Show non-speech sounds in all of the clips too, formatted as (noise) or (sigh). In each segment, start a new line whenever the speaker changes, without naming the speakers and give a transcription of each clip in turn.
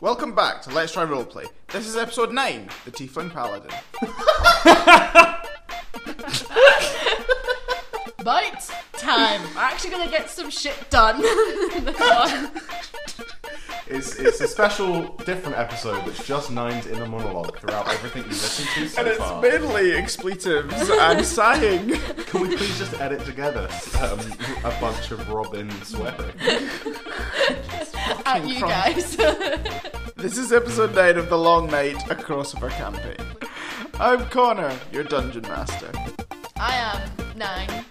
Welcome back to Let's Try Roleplay. This is episode 9 The Tiefling Paladin.
Bite time. We're actually gonna get some shit done. (laughs) in this one.
It's, it's a special, different episode that's just Nine's inner monologue throughout everything you listen to so
And it's
far.
mainly expletives (laughs) and sighing.
Can we please just edit together um, a bunch of Robin
(laughs)
swearing?
At you
from-
guys. (laughs)
This is episode 9 of The Long Night, a crossover campaign. I'm Connor, your dungeon master.
I am nine.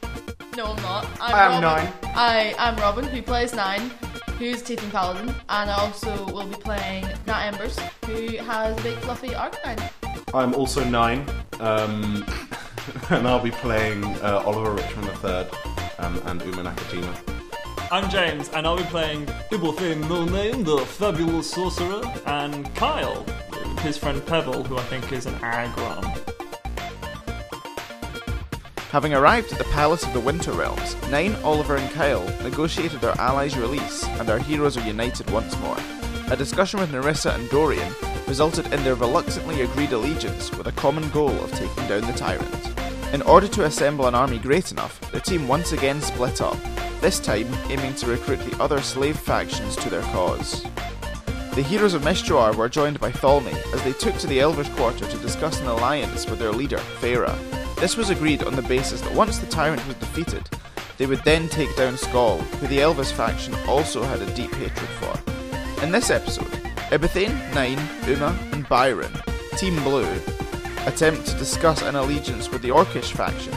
No, I'm not. I'm
I am
Robin.
nine.
I am Robin, who plays nine, who's Tiefling Paladin, and I also will be playing Nat Embers, who has a big fluffy Arcanine.
I'm also nine, um, (laughs) and I'll be playing uh, Oliver Richmond III um, and Uma Nakajima.
I'm James, and I'll be playing Bibblefin No Name, the fabulous sorcerer, and Kyle, his friend Pebble, who I think is an aggron.
Having arrived at the Palace of the Winter Realms, Nine, Oliver, and Kyle negotiated their allies' release, and our heroes are united once more. A discussion with Narissa and Dorian resulted in their reluctantly agreed allegiance with a common goal of taking down the tyrant. In order to assemble an army great enough, the team once again split up, this time aiming to recruit the other slave factions to their cause. The heroes of Mishtuar were joined by Thalme as they took to the Elder's Quarter to discuss an alliance with their leader, Feyre. This was agreed on the basis that once the tyrant was defeated, they would then take down Skoll, who the Elvis faction also had a deep hatred for. In this episode, Ibethane, Nine, Uma, and Byron, Team Blue, attempt to discuss an allegiance with the Orcish faction.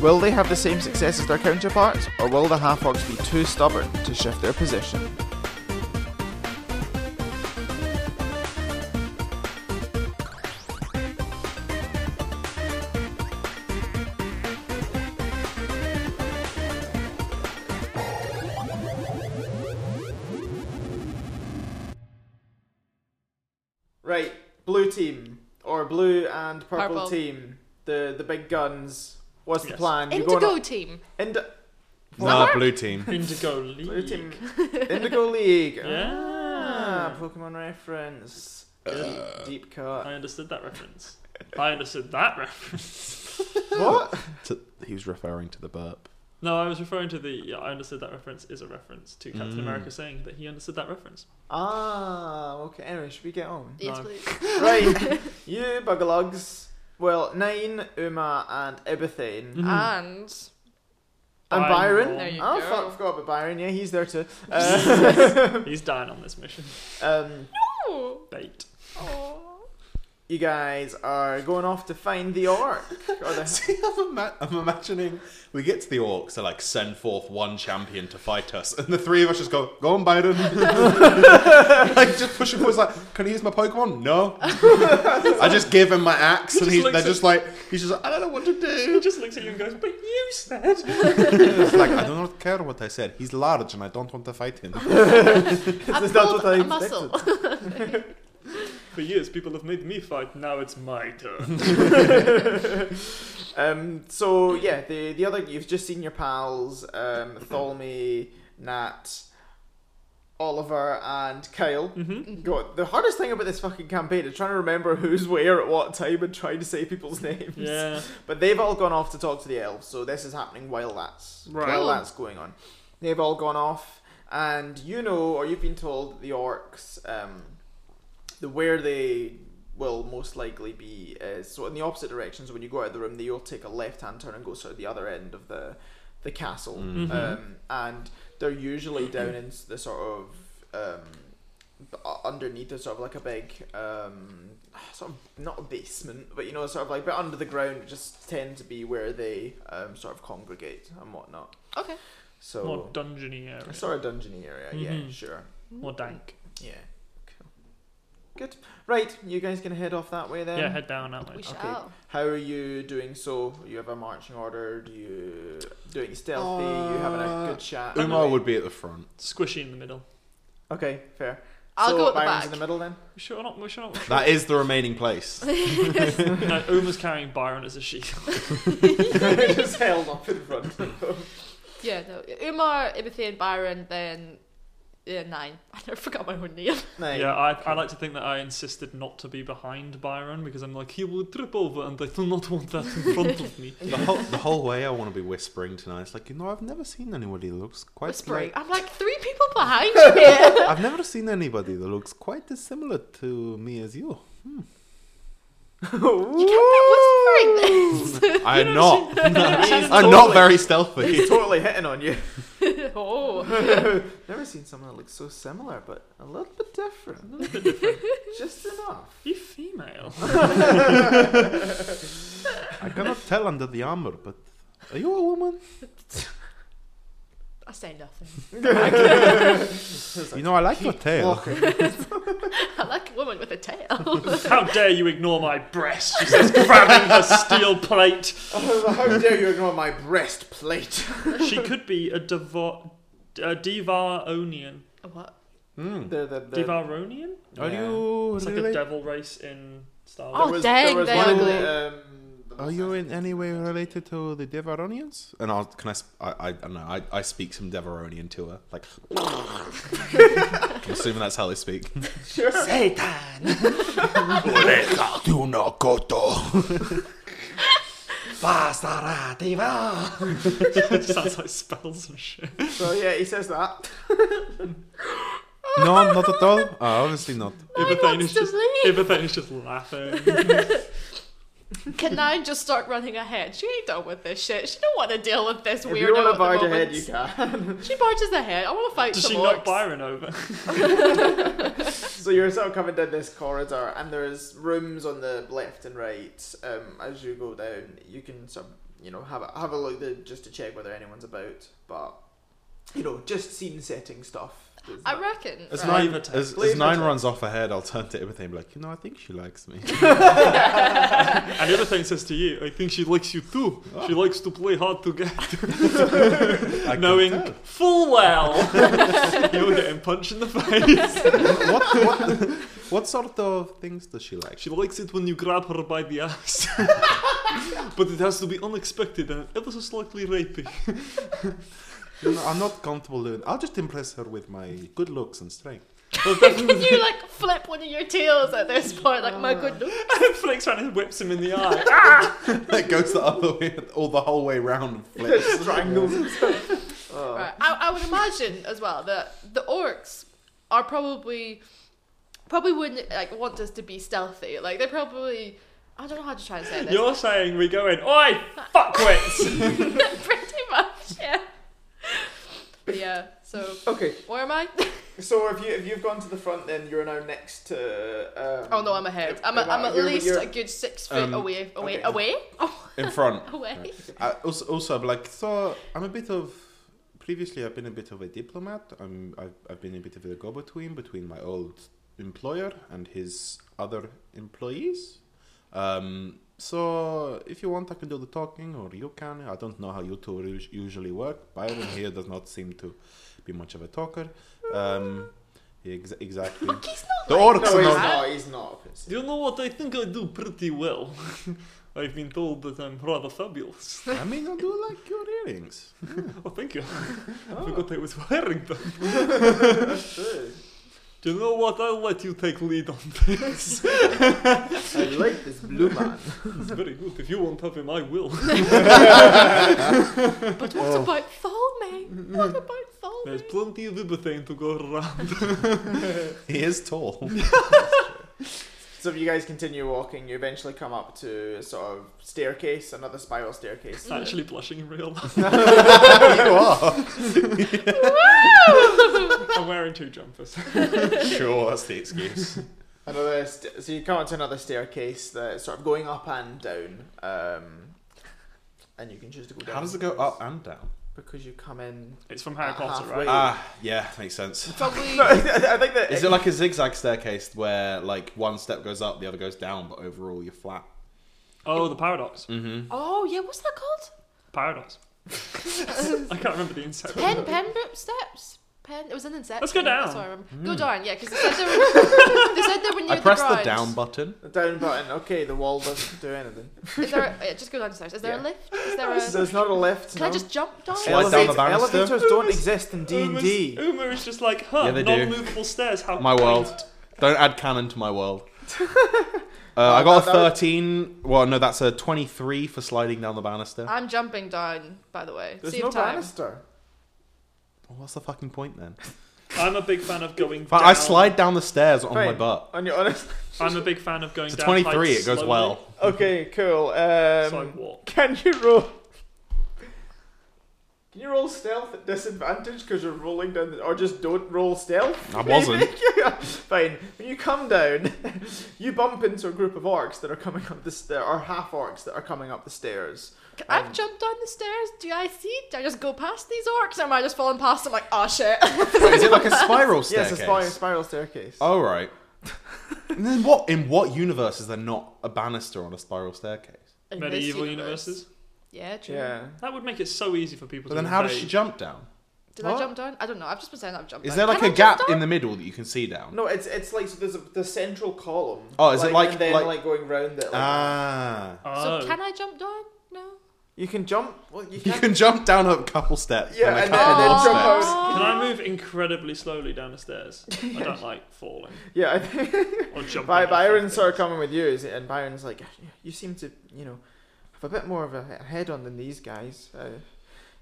Will they have the same success as their counterparts, or will the Half-Orcs be too stubborn to shift their position? Right, blue team or blue and purple,
Purple.
team, the the big guns. What's the
Yes.
plan? You're
Indigo
going up-
team.
Ind-
Nah, blue team.
Indigo League.
blue team, Indigo League.
Yeah.
Ah, Pokemon reference. Deep, deep
I
cut.
understood that reference. I understood that (laughs) reference.
What?
To, he was referring to the burp.
No, I was referring to the. Yeah, I understood that reference is a reference to Captain
Mm.
America saying that he understood that (laughs) reference.
Ah, okay. Anyway, should we get
(laughs)
on?
Yes,
(laughs)
No.
please. (laughs)
Right, you bugalugs. Well, Nine, Uma, and Ibethane.
And
And
Byron.
Byron.
There you
oh,
go.
fuck, forgot about Byron. Yeah, he's there too.
(laughs)
Uh, (laughs)
He's dying on this mission.
um,
oh,
Bait.
oh.
you guys are going off to find the orc. Or
(laughs)
the-
(laughs) See, I'm, ima- I'm imagining we get to the orcs, they're like, send forth one champion to fight us, and the three of us just go, go on, Biden. (laughs) like, just pushing forward, like, can I use my Pokemon? No. I just give him my axe, and
just
he's,
looks
they're
at-
just like, he's just like, I don't know what to
He
do.
just looks at you and goes, "But you said." (laughs)
It's like, I do not care what I said. He's large, and I don't want to fight him.
I
(laughs) Is that
pulled
what I
a
expected?
muscle.
For years, people have made me fight. Now it's my turn.
(laughs) um, so yeah, the the other you've just seen your pals, um, Tholme, Nat, Oliver, and Kyle.
Mm. (laughs)
Mm-hmm. the hardest thing about this fucking campaign is trying to remember who's where at what time and trying to say people's names.
yeah.
But they've all gone off to talk to the elves, so this is happening while that's
Right.
while
Cool.
that's going on. They've all gone off, and you know, or you've been told that the orcs, um, the where they will most likely be is so in the opposite directions. When you go out of the room, you'll take a left-hand turn and go sort of the other end of the the castle,
Mm-hmm.
Mhm.
um, and they're usually down in s- the sort of. Um, b- uh, underneath is sort of like a big um sort of not a basement but you know sort of like but under the ground just tend to be where they um sort of congregate and whatnot
Okay.
so
More dungeony area.
sort of dungeony area yeah
Mhm.
sure
More dank.
yeah cool. good right you guys gonna head off that way then
yeah, head down that way.
We shall.
how are you doing so you have a marching order do you doing stealthy you having a
Uh,
good chat
Umar would be at the front.
Squishy in the middle.
okay fair
I'll
so
go at the
Byron's
back.
in the middle
(laughs)
then (laughs)
We sure not. We sure not.
That is the remaining place.
no, Uma's carrying Byron as a shield.
(laughs)
(laughs)
just held up in front of them
Yeah, no. Umar, Ibethane, Byron, then Yeah, nine. (laughs) I never forgot my own name.
Nine. (laughs)
Yeah, I, I like to think that I insisted not to be behind Byron because I'm like, he will trip over and I do not want that in front of me.
The whole, the whole way I want to be whispering tonight. It's like, you know, I've never seen anybody that looks quite
Whispering.
like-
I'm like three people behind me. (laughs)
I've never seen anybody that looks quite as similar to me as you.
you can't be whispering
I am
(laughs)
not.
(laughs) He's
I'm
totally-
not very stealthy.
He's totally hitting on you. (laughs)
this. oh.
Never seen someone that looks so similar, but a little bit different.
(laughs) A little bit different.
Just
(laughs)
enough. (laughs)
You (laughs) female.
I cannot tell under the armor, but are you a woman?
I say nothing. (laughs)
You know, I like your tail.
I like a woman with a tail. (laughs)
How dare you ignore my breast? She says, grabbing her steel plate.
(laughs) How dare you ignore my breastplate? (laughs)
She could be a Devo- a Devaronian.
what?
Mm.
the, the, the,
Devaronian?
Are
Yeah.
you
It's like a
really?
devil race in Star
Oh,
Wars.
There was, there
dang,
was
they're
one,
ugly.
Um,
Are you in any way related to the Devaronians? And I'll can I sp- I, I, I don't know I, I speak some Devaronian to her like. (laughs) I'm assuming that's how they speak.
Sure.
(laughs) Do not go to. Basara Deva.
(laughs) sounds like spells and shit.
So yeah, he says that.
No, not
(laughs)
at all. Uh, obviously not.
Ivathane is
to
just,
leave.
Ivathane is just
(laughs)
laughing.
Can I just start running ahead? She ain't done with this shit. She don't want to deal with this
If
weirdo
you want
at
to barge
the moment.
ahead, you can.
She barges ahead. I want to fight
Does
some
she
orcs.
knock
(laughs)
Byron over?
(laughs) so you're sort of coming down this corridor, and there's rooms on the left and right. Um, as you go down, you can sort of, you know have a, have a look there just to check whether anyone's about, but you know just scene setting stuff. There's
I
not-
reckon.
As
right?
nine,
Naivete.
as, as
Naivete.
nine runs off ahead, I'll turn to everything and be like, you know, I think she likes me.
And Ivathane says to you, I think she likes you too. She likes to play hard
(laughs)
to get.
Oh. I can
knowing
tell. (laughs)
full well you're getting punched in the face.
(laughs) What, what, what sort of things does she like?
She likes it when you grab her by the ass. (laughs) but it has to be unexpected and ever so slightly rapey. (laughs)
You know, I'm not comfortable doing. I'll just impress her with my good looks and strength. (laughs)
Can you like flip one of your tails at this point? Like my good lord.
Flake's around and whips him in the
(laughs)
eye.
It goes the other way, all the whole way round and flips.
Just strangles and stuff. Oh.
Right. I, I would imagine as well that the orcs are probably probably wouldn't like want us to be stealthy. Like they probably I don't know how to try and say this. (laughs)
You're saying we go in, oi, fuckwits!
Pretty much, yeah. But yeah. So
(laughs) Okay,
where am I?
so if you if you've gone to the front, then you're now next to. Um,
Oh no, I'm ahead. I'm, a, I'm at
you're-
least
you're-
a good six feet
Um,
away, away,
okay.
away,
in front.
away.
I also, also, I'm like, so I'm a bit of. Previously, I've been a bit of a diplomat. I'm, I've, I've been a bit of a go-between between my old employer and his other employees. Um, so, if you want, I can do the talking, or you can. I don't know how you two us- usually work. Byron here does not seem to be much of a talker. Um, ex- exactly.
He's not.
The
like
No,
orcs are
he's
not.
not. He's not. It's-
Do you know what? I think I do pretty well. (laughs) I've been told that I'm rather fabulous.
I mean, I do like your earrings.
Oh, thank you. I forgot I was wearing them.
Oh, Good.
Do you know what? I'll let you take lead on this.
I like this blue man.
it's very good. If you won't have him, I (laughs) will.
But what
Oh.
about Thalme? What
(laughs)
about
There's
Thalme?
plenty of ibuthane to go around.
He is
(laughs)
tall.
So if you guys continue walking, you eventually come up to a sort of staircase, another spiral staircase.
It's
Mm.
actually blushing in (laughs) real life.
you are.
(laughs) I'm wearing two jumpers.
Sure, that's the excuse.
Another st- so you come up to another staircase that's sort of going up and down. Um, and you can choose to go down.
How does it go up and down?
Because you come in.
It's from Harry
Uh,
Potter,
halfway.
right?
Ah, yeah, makes sense.
Probably.
(laughs) No, I think that
Is it like a zigzag staircase where like one step goes up, the other goes down, but overall you're flat?
Oh, the paradox.
Mm-hmm.
Oh yeah, what's that called?
(laughs) Um,
Paradox. I can't remember the insect.
Pen pen boop steps. pen. It was an insect.
Let's go down. Hmm.
Sorry, I remember. Go down. Yeah, because they said they
(laughs)
were. they said they were near
I pressed the,
ground.
down button.
The down button. Okay, the wall doesn't do anything.
Is there a, yeah, just go downstairs. Is there
Yeah.
a lift? Is (laughs) there a?
So There's not a lift.
can
no.
I just jump down?
Slide down the
Elevators-
banister.
Elevators don't exist in D and
Uma's-
D.
(laughs) Uma is just like, huh,
Yeah, they do.
non-movable stairs. How
My world.
quaint.
Don't add canon to my world.
(laughs)
Uh, I got a
that- that-
13. Well, no, that's a 23 for sliding down the banister.
Ah.
I'm jumping down. By the way,
There's
save
no
time.
banister.
Well, what's the fucking
(laughs)
point then?
I'm a big fan of going.
In fact,
down.
I slide down the stairs on my
Fine. (laughs)
butt.
On your honest.
I'm a big fan of going
It's a
down.
23.
heights
It goes
slowly,
well.
Okay, cool.
so I
Um,
walk.
can you roll? Can you roll stealth at disadvantage because you're rolling down, the, or just don't roll stealth? (laughs)
I wasn't.
Fine. When you come down, (laughs) you bump into a group of orcs that are coming up the stair, or half orcs that are coming up the stairs.
I've
Um,
jumped down the stairs. Do I see? Do I just go past these orcs, or am I just falling past them like, oh shit? (laughs)
Is it like a spiral staircase?
(laughs)
Oh.
Yes, a spiral, spiral staircase.
All
(laughs)
right. and then what? In what universe is there not a banister on a spiral staircase?
In this
Medieval
universe.
universes.
Yeah, true.
yeah.
That would make it so easy for people
But
to.
then how does she
invade.
jump down?
Did
What?
I jump down? I don't know. I've just been saying I've jumped.
Is there
down.
like
Can
a
I
gap
jump
in
down?
the middle that you can see down?
No, it's it's like so there's a, the central column.
Oh, is it like-
and then
like-
like, going round it? Like,
Ah.
Oh.
So can I jump down? No.
you can jump. Well, you
(laughs) You
can.
can jump down a couple steps.
Yeah,
a
and then-
couple
and then
Oh.
more
jump
steps.
out.
Can I move incredibly slowly down the stairs? I
(laughs)
don't like falling
Yeah, I think.
or jumping.
By
off
Byron
things.
started coming with you, is- and Byron's like, you seem to, you know, have a bit more of a he- head on than these guys. Uh,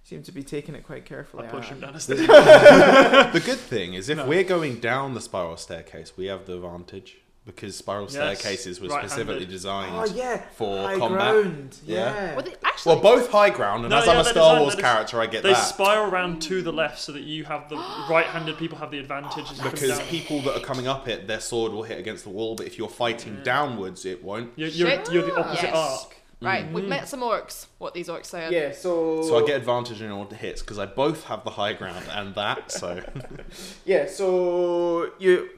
seem to be taking it quite
I
carefully.
push
Uh,
him down the stairs.
(laughs) the good thing is if
No.
we're going down the spiral staircase, we have the advantage because spiral
Yes,
staircases were
right-handed.
specifically designed.
Oh yeah,
For
high
combat.
ground.
Yeah.
Yeah.
Well, they, actually,
Well, both high ground, and
No,
as
yeah,
I'm a
they
Star
design-
Wars
they des-
character, I get
They
that
spiral round to the left so that you
(gasps)
have the right-handed people have the advantage. as you come
because
down.
people that are coming up it, their sword will hit against the wall, but if you're fighting downwards, it won't.
you're, you're,
Shit.
you're the opposite
Yes.
arc.
Right, we've met some orcs. What these orcs say?
yeah. So.
So I get advantage in all the hits because I both have the high ground and that. So
Yeah. So you.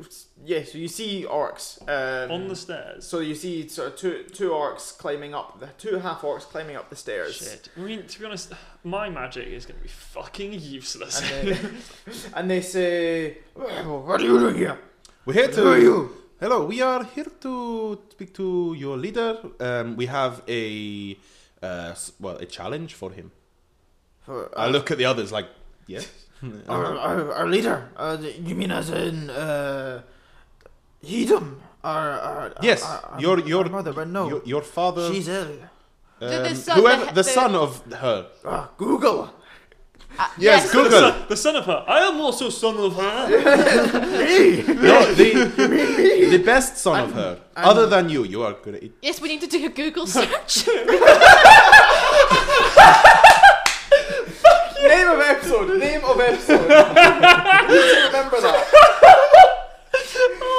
Yeah. So you see orcs. Um,
On the stairs.
So you see sort of two two orcs climbing up the two half orcs climbing up the stairs.
Shit. I mean, to be honest, my magic is going to be fucking useless.
And they, (laughs) and they say, "What are you doing here?
we're here
Who are
to.
you?"
Hello, we are here to speak to your leader. Um, we have a uh, s- well, a challenge for him.
Uh,
I look at the others like,
(laughs)
yes. Uh,
our, our, our leader. Uh, you mean as in uh, Hedum? Our, our,
Yes,
our, our,
your-
our
your-
mother, but no,
Your, your father,
she's ill.
um,
The- the son-
whoever the,
the- the-
son of her.
Ah, Google.
Uh,
Yes,
yes.
(laughs) The
Google.
son, the son of her. I am also son of her.
Me.
(laughs) No, the, the best son of her.
I'm-
Other than you, you are good at it.
Yes, we need to do a Google search.
(laughs)
(laughs)
name of episode. Name of (laughs) episode. You should remember that.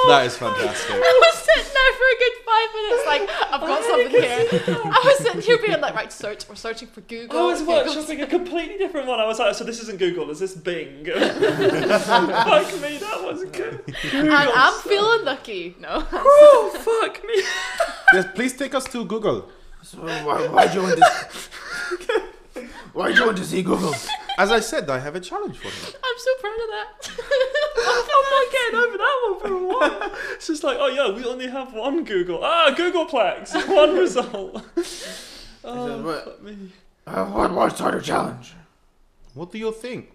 That is fantastic.
I was sitting there for a good five minutes, like, I've got something here. I was sitting here being like, right, search, we're searching for Google.
I was
Google.
workshopping a completely different one. I was like, so this isn't Google, is this Bing? fuck me, that was good.
And
Google
I'm
search.
feeling lucky. No. (laughs)
Oh, fuck me.
Yes, please take us to Google.
So why, why do you want to? Why do you want to see (laughs) Google?
As I said, I have a challenge for him.
I'm so proud of that. (laughs)
I'm not getting over that one for a while. It's just like, oh yeah, we only have one Google. Ah, Googleplex, one result.
said,
Oh,
"What?"
fuck me.
Uh, what what sort of challenge?
What do you think?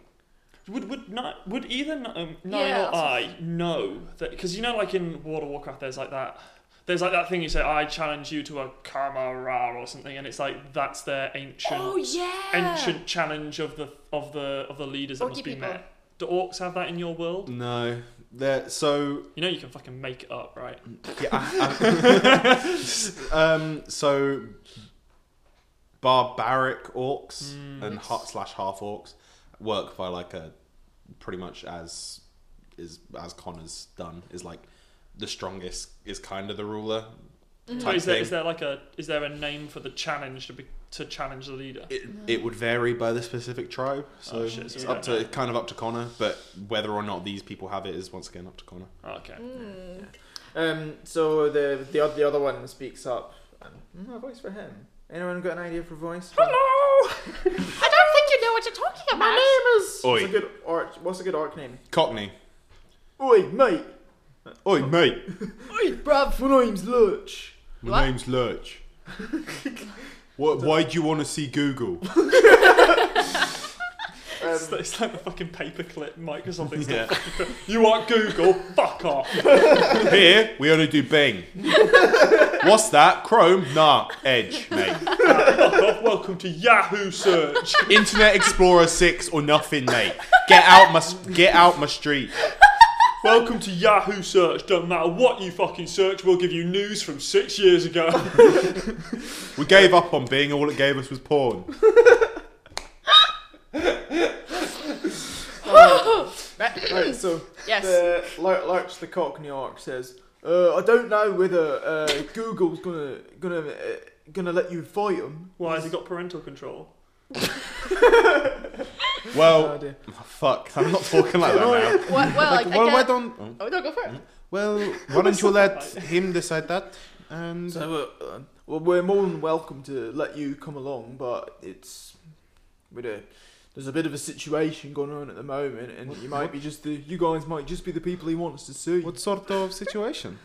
Would would not would either n- um, nine
Yeah,
or
that's-
I know that because you know like in World of Warcraft there's like that there's like that thing you say I challenge you to a karma ra or something and it's like that's their ancient
Oh, yeah.
ancient challenge of the of the of the leaders that
Orky
must be
people.
met. Do orcs have that in your world?
No. There, so
You know you can fucking make it up, right?
yeah,
(laughs)
(laughs) um, so barbaric orcs
Mm.
and ha- slash half orcs work by like a pretty much as is as Connor's done is like the strongest is kind of the ruler.
But
Type
Mm. is there
thing.
is there like a is there a name for the challenge to be to challenge the leader?
it, it would vary by the specific tribe, so
Mm. Oh, shit, so
it's
we
up
don't
to kind of up to Connor. But whether or not these people have it is once again up to Connor.
Okay.
Mm.
Um. So the mm, the oth- the other one speaks up. And, "Hmm, a voice for him. Anyone got an idea for voice? Hello.
I don't think you know what you're talking about.
My name
is.
Oi.
What's a good orc? What's a good orc name?
Cockney.
Oi, mate.
Oi,
(laughs)
mate.
(laughs) Bruv, my name's Lurch.
My
What?
name's Lurch. Why, why do you want to see Google?
Um,
It's, it's like the fucking paperclip Microsoft
(laughs)
thing.
Yeah.
You want Google? Fuck off.
Here, we only do Bing. What's that? Chrome? Nah, Edge, mate.
Welcome to Yahoo search.
Internet Explorer 6 or nothing, mate. Get out my s- get out my street.
Welcome to Yahoo search. Don't matter what you fucking search, we'll give you news from six
(laughs)
years ago.
We gave up on Bing and all it gave us was porn.
right, so
Yes.
the Lur- Lurch the Cockney orc says, uh, "I don't know whether uh, Google's gonna gonna uh, gonna let you fight him."
Why has he got parental control? (laughs)
Well, fuck, I'm not talking like that now.
Well, well like,
Well,
I
why
can't-
don't oh,
Oh, no, go for it.
well, why don't you let him decide that? And
So uh, um, well, we're more than welcome to let you come along, but it's with a there's a bit of a situation going on at the moment, and
What-
you might be just the you guys might just be the people he wants to see.
what sort of situation?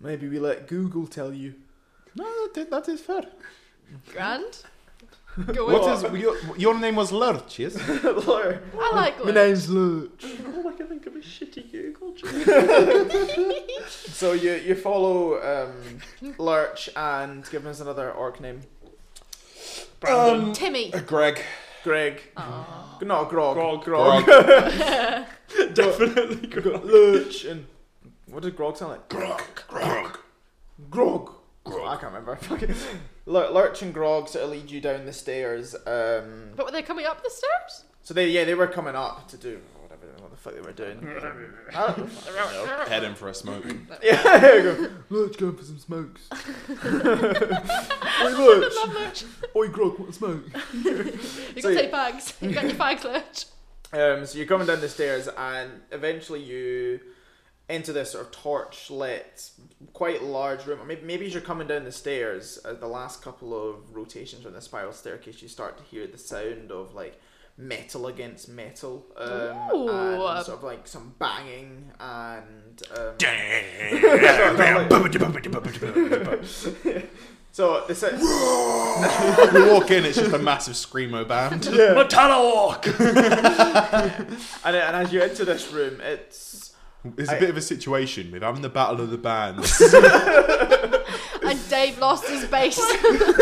Maybe we let Google tell you.
No, that, that is fair.
Grand. Go
What
on.
is your, your name was Lurch, yes? (laughs)
Lurch.
I like
My
one.
name's Lurch.
All I can think of is shitty
(laughs)
Google.
Um,
So you you follow um, Lurch and give us another orc name.
Brandon.
Timmy.
Uh, Greg.
Greg.
Aw.
Not Grog. (laughs)
Grog.
Grog.
definitely Grog.
Lurch and what did Grog sound like? Grog. Grog. Grog. I can't remember. (laughs) Fuck it. Lur- Lurch and Grog sort of lead you down the stairs. Um,
(laughs) But were they coming up the stairs?
so they yeah they were coming up to do whatever what the fuck they were
(laughs)
doing. I don't know. (laughs)
Head him for a smoke.
yeah. there you go. Lurch going for some smokes. Oi Lurch.
Love Lurch.
Oi Grog, want a smoke?
You
So
can
you-
say bags. You got your bags, Lurch.
Um, so you're coming down the stairs, and eventually you enter this sort of torch-lit, quite large room. Or maybe, maybe as you're coming down the stairs, uh, the last couple of rotations on the spiral staircase, you start to hear the sound of like metal against metal, um,
Ooh.
and sort of like some banging and. Um, (laughs) so the so-
(laughs) we walk in, it's just a massive screamo band.
(laughs) Metallawalk.
and, and as you enter this room, it's
It's a bit of a situation with I'm the battle of
(laughs)
the bands.
And Dave lost his base.
That's what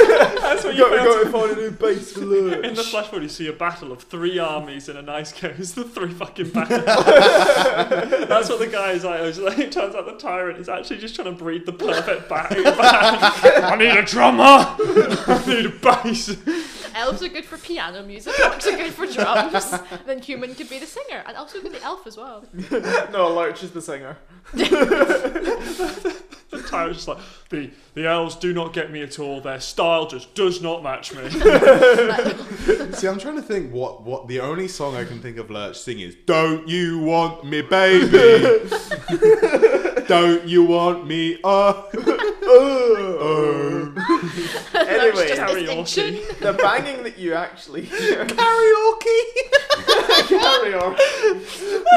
we
you
got, we
found.
got to find a new base for Lurch.
In the flash forward, you see a battle of three armies in a nice (laughs) goes the
(laughs)
three fucking battles. That's what the guy is like. I was like. (laughs) It turns out the tyrant is actually just trying to breed the perfect (laughs) battle. I need a drummer. I need a bass.
Elves are good for piano music. Orcs are good for drums. then human could be the singer, and also could be the elf as well.
no, Lurch is the singer.
The tyrant's just like the the elves do not get me at all. Their style just does not match
(laughs)
me.
See, I'm trying to think what what the only song I can think of Lurch sing is "Don't You Want
(laughs)
Me, Baby." Don't you want me? Uh,
Oh.
uh,
(laughs) Lurch
Anyway,
just
Carry
distinction.
the banging that you actually (laughs) hear.
Oh. karaoke.
Carry
(laughs)
on.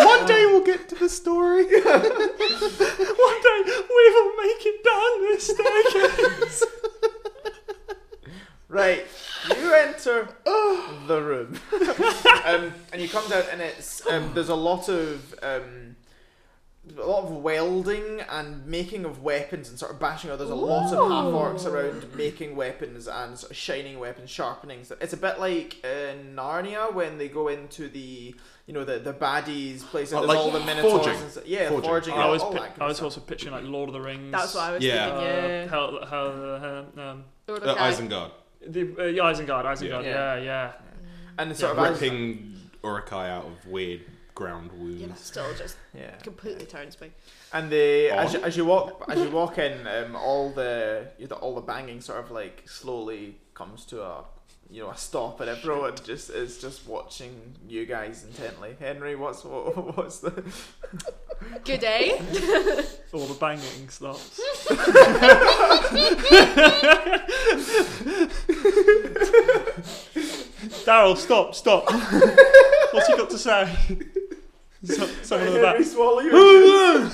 One day we'll get to the story.
One day we will make it down this
(laughs)
staircase.
Right, you enter the
(laughs)
room, um, and you come down, and it's um, there's a lot of um, a lot of welding and making of weapons and sort of bashing. Or there's a lot of half orcs around making weapons and sort of shining weapons, sharpening. So it's a bit like in Narnia when they go into the you know the the baddies place and
Oh,
there's
like
all the minotaurs.
forging.
And stuff. Yeah,
Forging.
forging. and
I was
all
pi-
that kind
I
of
was
stuff.
also picturing like Lord of the Rings.
(laughs) That's what I was
Yeah.
thinking.
Uh,
Yeah.
how, how, uh, um,
Lord
Uh,
of Guy.
Isengard,
the uh, yeah, Isengard, Isengard,
Yeah.
yeah, yeah.
Mm.
and sort of as-
ripping Urukai out of weird ground
You know,
wounds.
still just
yeah.
completely turns me.
And the as
On.
you, as you walk as you walk in, um, all the, you know, all the banging sort of like slowly comes to a you know a stop, and everyone just is just watching you guys intently. Henry, what's what, what's the
Good day.
All the banging stops. Daryl, stop, stop. What's he got to say? So, someone in the back.
Henry
(laughs)
Swallow. Don't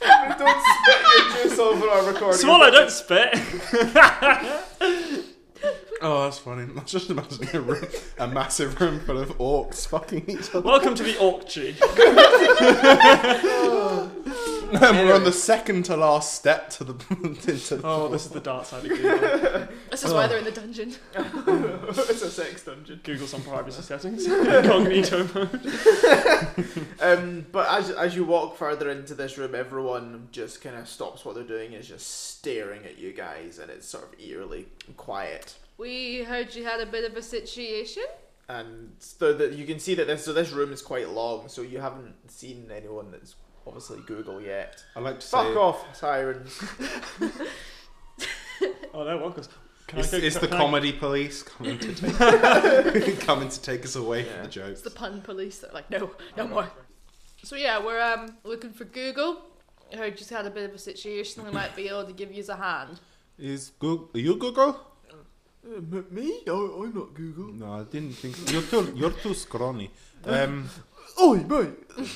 spit your juice over our recording.
Swallow, don't spit.
Oh, that's funny. (laughs) I'm just imagining a, room, a massive room full of orcs fucking each other.
Welcome to the Orchy.
And we're on the second to last step to the. (laughs) to the
Oh, this is the dark side of Google.
This is why they're in the dungeon.
it's a sex dungeon.
Google's on privacy settings. (laughs) Incognito mode.
Um, but as as you walk further into this room, everyone just kind of stops what they're doing and is just staring at you guys, and it's sort of eerily quiet.
We heard you had a bit of a situation.
And so that you can see that this so this room is quite long, so you haven't seen anyone that's obviously Google yet.
I like to say.
Fuck off, sirens!
Oh, they're welcome. Can
It's,
I go,
it's the
can I-
comedy police coming to take coming to take (laughs) us away from
Yeah.
the jokes.
It's the pun police. They're like, no, no
Oh,
more. So yeah, we're um looking for Google. I heard you had a bit of a situation. We might be able to give you a hand.
Is Google? Are you Google?
Uh, m- me? No, I'm not Google.
No, I didn't think so. You're too you're too scrawny. Um,
Oh, mate.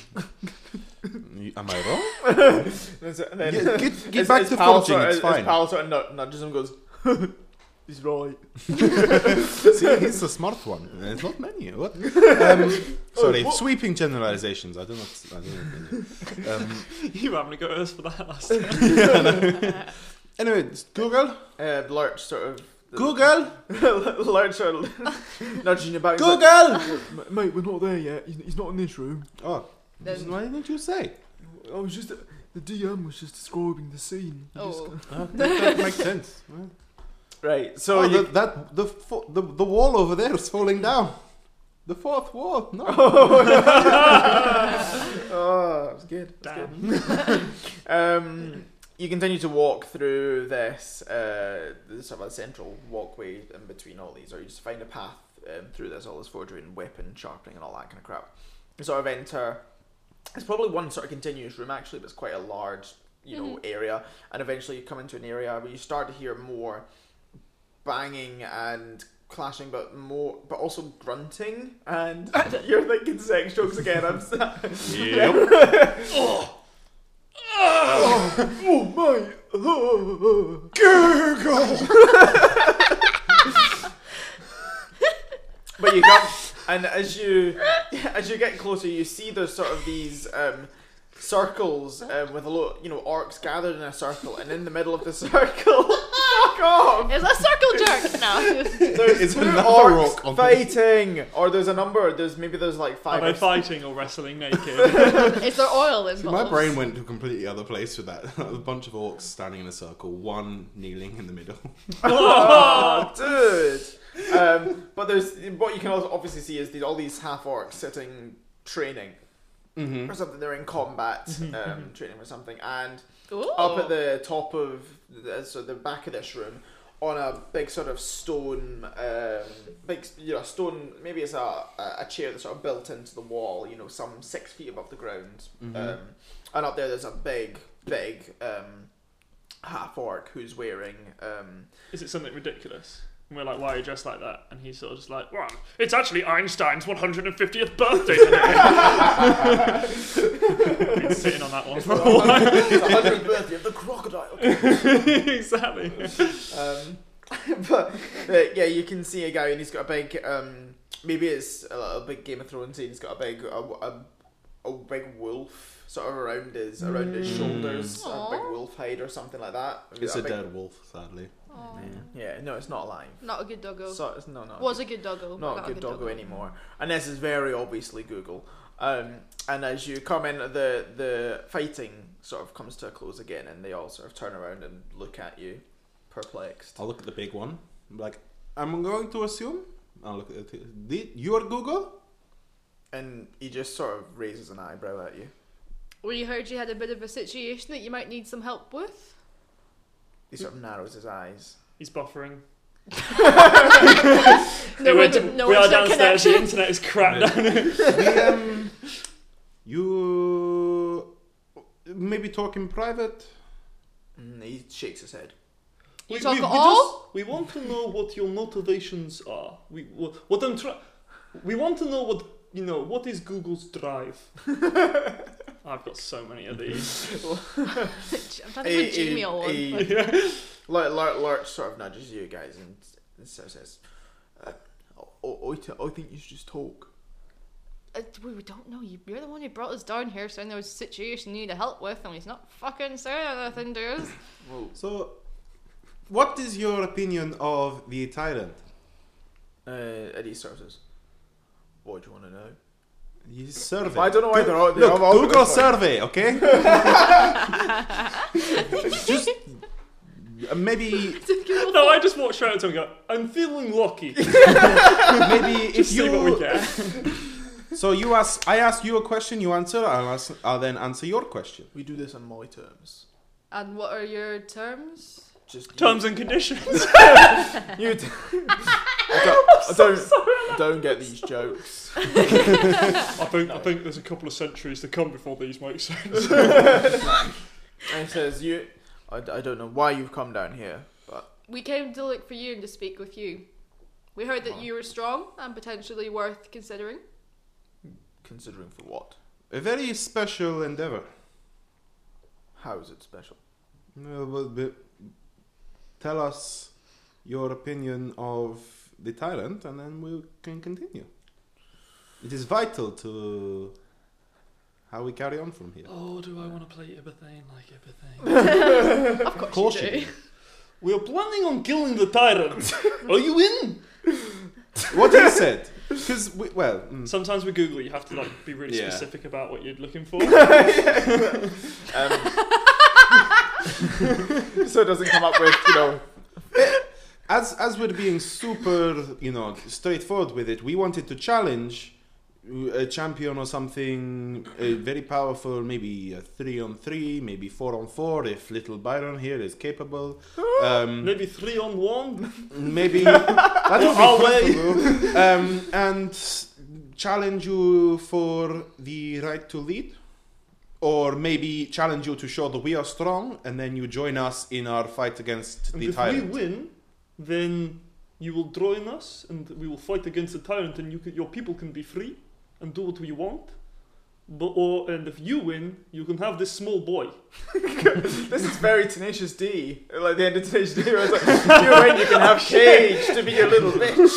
you- (laughs) am I wrong?
And so- and then-
Yeah, get-
(laughs)
get
as-
back
as
to
Powell
forging,
sort of-
it's
as
fine.
Powell sort of nod- nudges him and goes, (laughs) he's (laughs) right.
See, he's the smart one. There's not many. What? Um, sorry,
what-
sweeping generalizations. I don't know. I don't know. Um,
You having a go at us for that last time.
anyway, it's Google,
Uh, Lurch sort of.
Google,
(laughs) Lurch sort of nudging you back. and he's
Google.
like, "M- Mate, we're not there yet. He's, he's not in this room.
Oh,
Then-
why didn't you say?
I was just. The DM was just describing the scene. He just-
Oh,
Uh, that, that makes sense.
Right, so
So
you.
the, that the, fo- the the wall over there is falling down. The fourth wall. No.
(laughs) oh, that was good. That was
Damn.
good. (laughs) Um, you continue to walk through this, uh, this sort of a central walkway in between all these, or you just find a path um, through this, all this forgery and weapon sharpening and all that kind of crap. You sort of enter. It's probably one sort of continuous room actually, but it's quite a large, you know, area. And eventually you come into an area where you start to hear more banging and clashing, but more, but also grunting. And (laughs) you're thinking sex jokes again. I'm. s- Oh my!
Google.
(laughs) But you come, and as you as you get closer, you see there's sort of these um, circles um, with a lot, you know, orcs gathered in a circle, and in the middle of the (laughs) circle, fuck off.
it's a circle jerk now.
There's
It's
two
another
orcs
orc on the-
fighting, or there's a number. There's maybe there's like
Are
five.
they
or (laughs)
fighting or wrestling (laughs) naked?
Is there oil involved?
See, my brain went to a completely other place with that. (laughs) a bunch of orcs standing in a circle, one kneeling in the middle.
(laughs)
Oh, dude. Um, but there's what you can also obviously see is these, all these half orcs sitting training
Mm-hmm.
or something. They're in combat, um, training or something. And
Ooh.
up at the top of the, so the back of this room, on a big sort of stone, um, big you know stone. Maybe it's a a a chair that's sort of built into the wall. You know, some six feet above the ground. Um, and up there, there's a big, big. Um, Half orc who's wearing (laughs) um,
is it something ridiculous? And we're like, why are you dressed like that? And he's sort of just like, well, it's actually Einstein's 150th birthday (laughs) today. Been sitting on that one for a while.
It's the hundredth birthday of the crocodile. (laughs)
(laughs) exactly.
Um, (laughs) but uh, yeah, you can see a guy and he's got a big. Um, maybe it's a, a big Game of Thrones. And he's got a big a, a, a big wolf sort of around his around his shoulders,
Aw.
a big wolf hide or something like that.
Mm. It's a
big-
dead wolf, sadly.
Aw.
Yeah, no, it's not alive.
Oh. Not a good doggo.
So it's no, no.
Was a good doggo. but
not, a good doggo, anymore. And this is very obviously Google. Um, and as you come in, the the fighting sort of comes to a close again, and they all sort of turn around and look at you, perplexed.
I'll look at the big one. I'm like, I'm going to assume. I'll look at it. Did, you are (laughs) Google?
And he just sort of raises an eyebrow at you.
We heard you had a bit of a situation that you might need some help with.
He sort of
Hmm.
narrows his eyes.
He's buffering.
No,
Hey, we're,
inter- no
we are
internet
downstairs. The
connection.
internet is crap down here.
We, um, you maybe talk in private.
And he shakes Mm, his head.
You
we,
talk
we, we,
all.
just- we want to know what your motivations are. We wha- what I'm try- We want to know what you know. What is Google's drive? (laughs) I've got so many of (laughs) these.
(laughs) I'm trying to think of a
He- he-
Gmail one.
he- Lur-
Like,
Lur- Lurch sort of nudges you guys and, and sort of says, uh, I, I, th- I think you should just talk.
uh, we we don't know. You- You're the one who brought us down here, so there was a situation you need help with, and he's not fucking saying anything to us.
Well,
So, what is your opinion of the tyrant?
uh, Eddie sort of says, What do you want to know?
His survey.
I don't know why
Go-
they're all- they're
Look,
all over
Google
the place. (laughs)
survey, okay? Just uh,
(laughs)
maybe,
no, I just walk straight up to him and go. I'm feeling (laughs) lucky.
maybe if
Just see what we
you.
get.
So you ask, I ask you a question, you answer, I'll, ask, I'll then answer your question.
We do this on my terms.
And what are your terms?
Just
Terms and (laughs) conditions.
(laughs) You, you d-
(laughs)
I don't, I don't, don't get these jokes.
I think I think there's a couple of centuries to come before these make sense.
And he says, You. I, d- I don't know why you've come down here, but
We came to look for you and to speak with you. We heard that you were strong and potentially worth considering.
considering for what?
A very special endeavor.
How is it special? (laughs)
No, but, but tell us your opinion of the tyrant, and then we can continue. It is vital to how we carry on from here.
(laughs) oh, do I want to play Ibathane like Ibathane?
Of course,
course
you
you
do.
We are planning on killing the (laughs) tyrant. Are you in?
what he said, because we, well, mm,
Sometimes with Google, you have to like be really
Yeah.
specific about what you're looking (laughs) for.
so it doesn't come up with, you know,
as as we're being super, you know, straightforward with it, we wanted to challenge uh, a champion or something uh, very powerful, maybe a three on three, maybe four on four, if little Byron here is capable. Um,
(laughs) Maybe three on one. (laughs)
Maybe that would
Our
be
(laughs)
possible. Um, and challenge you for the right to lead, or maybe challenge you to show that we are strong, and then you join us in our fight against
And
the
if we
tyrant.
win, then you will join us, and we will fight against the tyrant, and you can, your people can be free and do what we want. But or and if you win, you can have this small boy.
This is very Tenacious D. Like the end of Tenacious D, where it's like, you win, you can have cage to be a little bitch.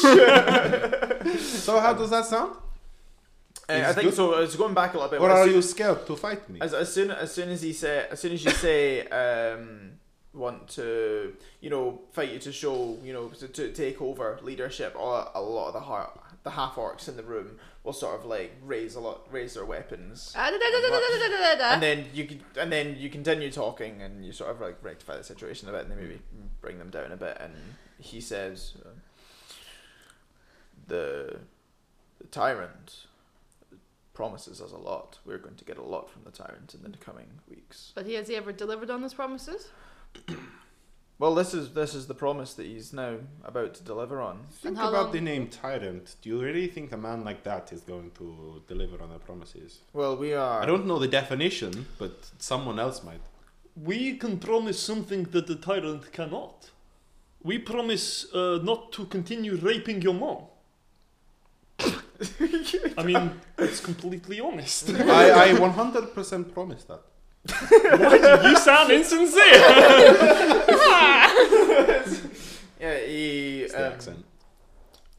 So
um,
how does that sound?
Uh, I
It's
think
good.
so. It's going back a little bit.
Or
as
are
soon-
you scared to fight me?
As, as soon as soon as you say, as soon as you say, um, want to, you know, fight you to show, you know, to, to take over leadership, all, a lot of the heart, the half orcs in the room will sort of like raise a lot, raise their weapons.
Ah, da, da, da, da, da, da, da, da, da.
And then you can, and then you continue talking, and you sort of like rectify the situation a bit, and then maybe bring them down a bit. And he says, uh, "The the tyrant promises us a lot. We're going to get a lot from the tyrant in the coming weeks."
But he, has he ever delivered on his promises?
Well, this is this is the promise that he's now about to deliver on.
Think
how
about
long-
the name tyrant. Do you really think a man like that is going to deliver on their promises?
Well, we are.
I don't know the definition, but someone else might.
We can promise something that the tyrant cannot. We promise uh, not to continue raping your mom. I mean, it's completely
(laughs)
honest.
(laughs) I, I 100% promise that.
you sound insincere.
Yeah, he
It's the
um,
accent.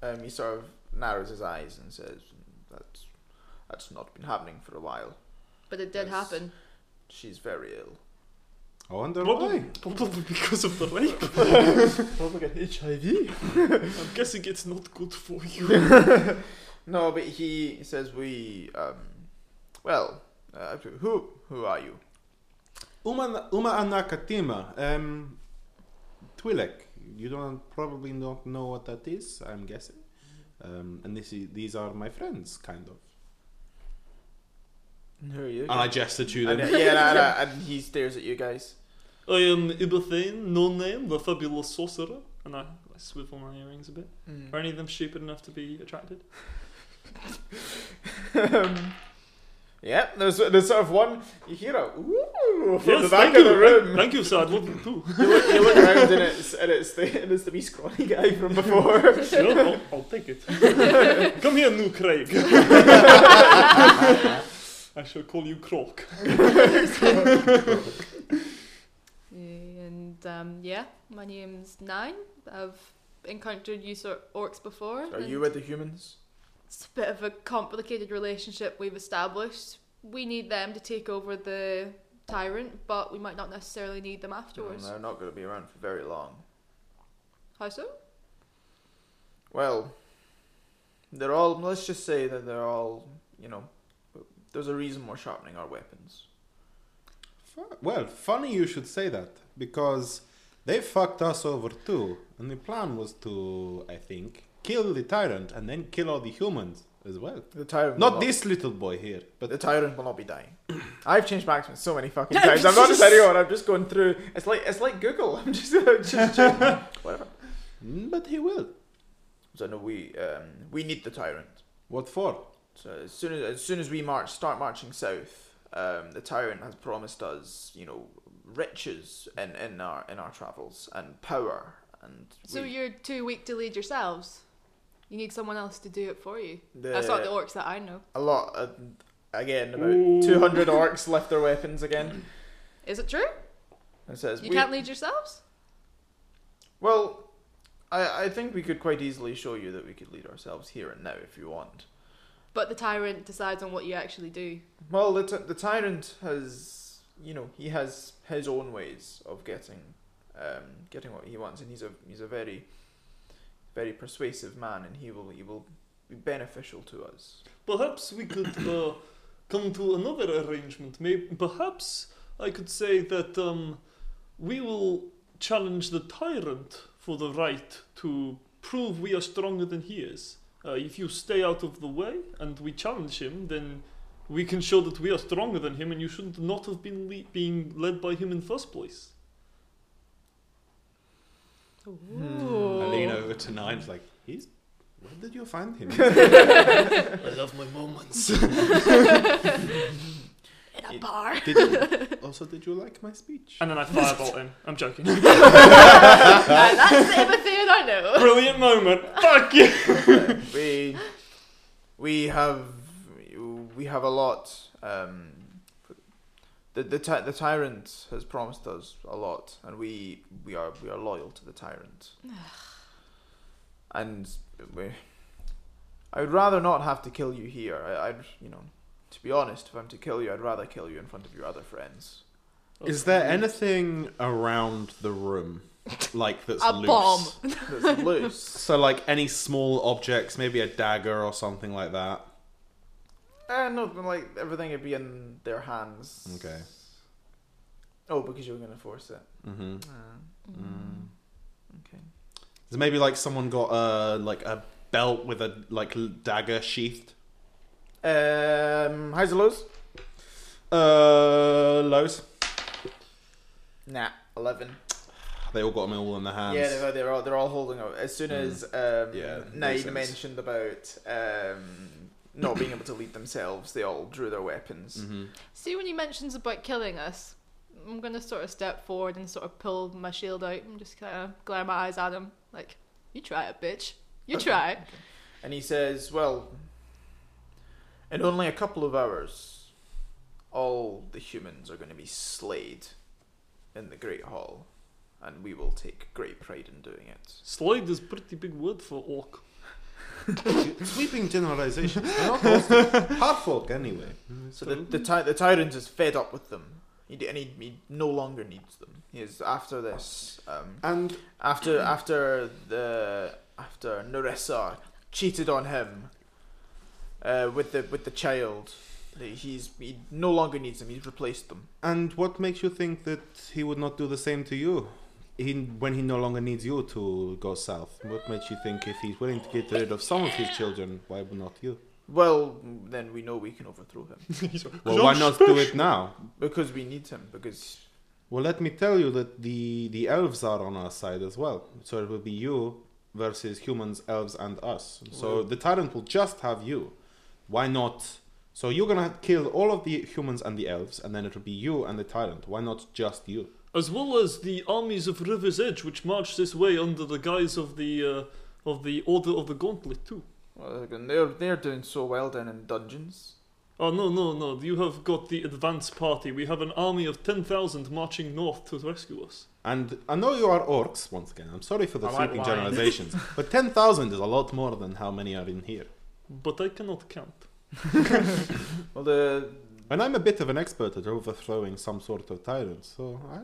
um, he sort of narrows his eyes and says, "That's that's not been happening for a while.
But it did
Yes.
happen.
She's very ill."
I wonder why.
probably, probably because of the rape.
Probably got HIV.
(laughs) I'm guessing it's not good for you.
(laughs) No, but he says we. Um, well, uh, who who are you?
Uma, Uma Anakatima. Um, Twi'lek. You don't probably not know what that is. I'm guessing. Um, and this is, these are my friends, kind of.
And who are you?
And I gestured to
And,
them.
uh, yeah, and, and,
(laughs)
uh, and he stares at you guys.
I am Ibathane, no name, the fabulous sorcerer, and I, I swivel my earrings a bit.
Hmm.
Are (laughs) any of them stupid enough to be attracted?
um, Yeah, there's there's sort of one you hear a ooh from
Yes,
the back
thank
of
you,
the room.
Thank you, sir. I'd love to.
You look, you look around and it's and it's the and it's the wee scrawny guy from before.
(laughs) (laughs) Sure, I'll, I'll take it. (laughs) Come here,
(laughs)
new (laughs) Craig. I shall call you Croc.
(laughs) And um, yeah, my name's Nine. I've encountered you sort orcs before.
Are
and
you with the humans?
It's a bit of a complicated relationship we've established. We need them to take over the tyrant, but we might not necessarily need them afterwards.
they're not going to be around for very long.
How so?
Well, they're all. Let's just say that they're all. You know, there's a reason we're sharpening our weapons.
Fu- Well, funny you should say that because they fucked us over too, and the plan was to, I think, kill the tyrant and then kill all the humans as well.
The tyrant. will
Not this little boy here, but
The tyrant will not be dying. I've changed my accent so many
(laughs)
fucking times. I'm not deciding on. I'm just going through. It's like it's like Google. (laughs) I'm just, I'm just whatever.
Mm, but he will.
So no, we um, we need the tyrant.
What for?
So as soon as as soon as we march, start marching south, um, the tyrant has promised us, you know, riches in, in our in our travels and power and.
So
we-
you're too weak to lead yourselves. You need someone else to do it for you.
the,
That's not the orcs that I know.
a lot. Uh, again, about
Ooh.
200 orcs left their weapons again.
Is it true?
It says
You
we,
can't lead yourselves?
Well, I I think we could quite easily show you that we could lead ourselves here and now if you want.
But the tyrant decides on what you actually do.
Well, the, t- the tyrant has, you know, he has his own ways of getting, um, getting what he wants, and he's a he's a very, very persuasive man, and he will he will be beneficial to us.
Perhaps we could uh, (coughs) come to another arrangement. Maybe, perhaps I could say that um, we will challenge the tyrant for the right to prove we are stronger than he is. Uh, if you stay out of the way and we challenge him, then we can show that we are stronger than him, and you should not have been le- being led by him in the first place.
Hmm.
Ooh.
I lean over to Nine's like, he's. Where did you find him?
(laughs) I love my moments.
In
a
bar.
(laughs) did you, also, did you like my speech?
And then I (laughs) firebolt him. I'm
(laughs)
joking.
That's the empathy and I know.
Brilliant moment. Fuck you.
we, we have, we have a lot. Um, the the, ty- the tyrant has promised us a lot, and we we are we are loyal to the tyrant. and we, I would rather not have to kill you here. I, I'd you know, to be honest, if I'm to kill you, I'd rather kill you in front of your other friends.
Is there anything around the room, like that's
A
loose?
bomb.
That's loose.
So, like any small objects, maybe a dagger or something like that.
Uh, no, but, like everything would be in their hands.
Okay.
Oh, because you were gonna force it. Hmm.
Mm-hmm. Mm.
Okay.
So maybe like someone got a like a belt with a like l- dagger sheathed.
Um, highs and lows.
Uh, lows.
Nah, eleven.
They all got them all in their hands.
Yeah, they're, they're all they're all holding out. As soon
Mm.
as um,
Yeah, makes
Nine
sense.
mentioned about um, not being able to lead themselves, they all drew their weapons.
Mhm.
See, when you mentions about killing us, I'm gonna sort of step forward and sort of pull my shield out and just kind of glare my eyes at him, like, "You try it, bitch. You try." (laughs)
And he says, Well, in only a couple of hours, all the humans are going to be slayed in the Great Hall, and we will take great pride in doing
(laughs)
it.
Slide is pretty big word for orc.
Mm-hmm. (laughs) Sweeping generalizations. They're not awesome. Hard folk, anyway.
So the, the, ty- the tyrant is fed up with them. He, d- and he, he no longer needs them. He is after this. Um,
And
after after the after Narissa cheated on him uh, with the with the child, he's he no longer needs them. He's replaced them.
and what makes you think that he would not do the same to you? He, when he no longer needs you to go south, what makes you think if he's willing to get rid of some of his children, why would not you?
Well, then we know we can overthrow (laughs) him
Well, why not do it now?
because we need him. Because
Well, let me tell you that the the elves are on our side as well. So it will be you versus humans, elves, and us. So
Well-
the tyrant will just have you. Why not So you're gonna kill all of the humans and the elves, and then it'll be you and the tyrant. Why not just you?
as well as the armies of River's Edge, which march this way under the guise of the uh, of the Order of the Gauntlet too.
Well, they're gonna- they're they're doing so well down in dungeons.
Oh no no no! You have got the advance party. We have an army of ten thousand marching north to rescue us.
And I know you are orcs, once again. I'm sorry for the
I like
sweeping
wine. (laughs)
generalizations, but 10,000 is a lot more than how many are in here.
But I cannot count.
Well, the
And I'm a bit of an expert at overthrowing some sort of tyrant, so I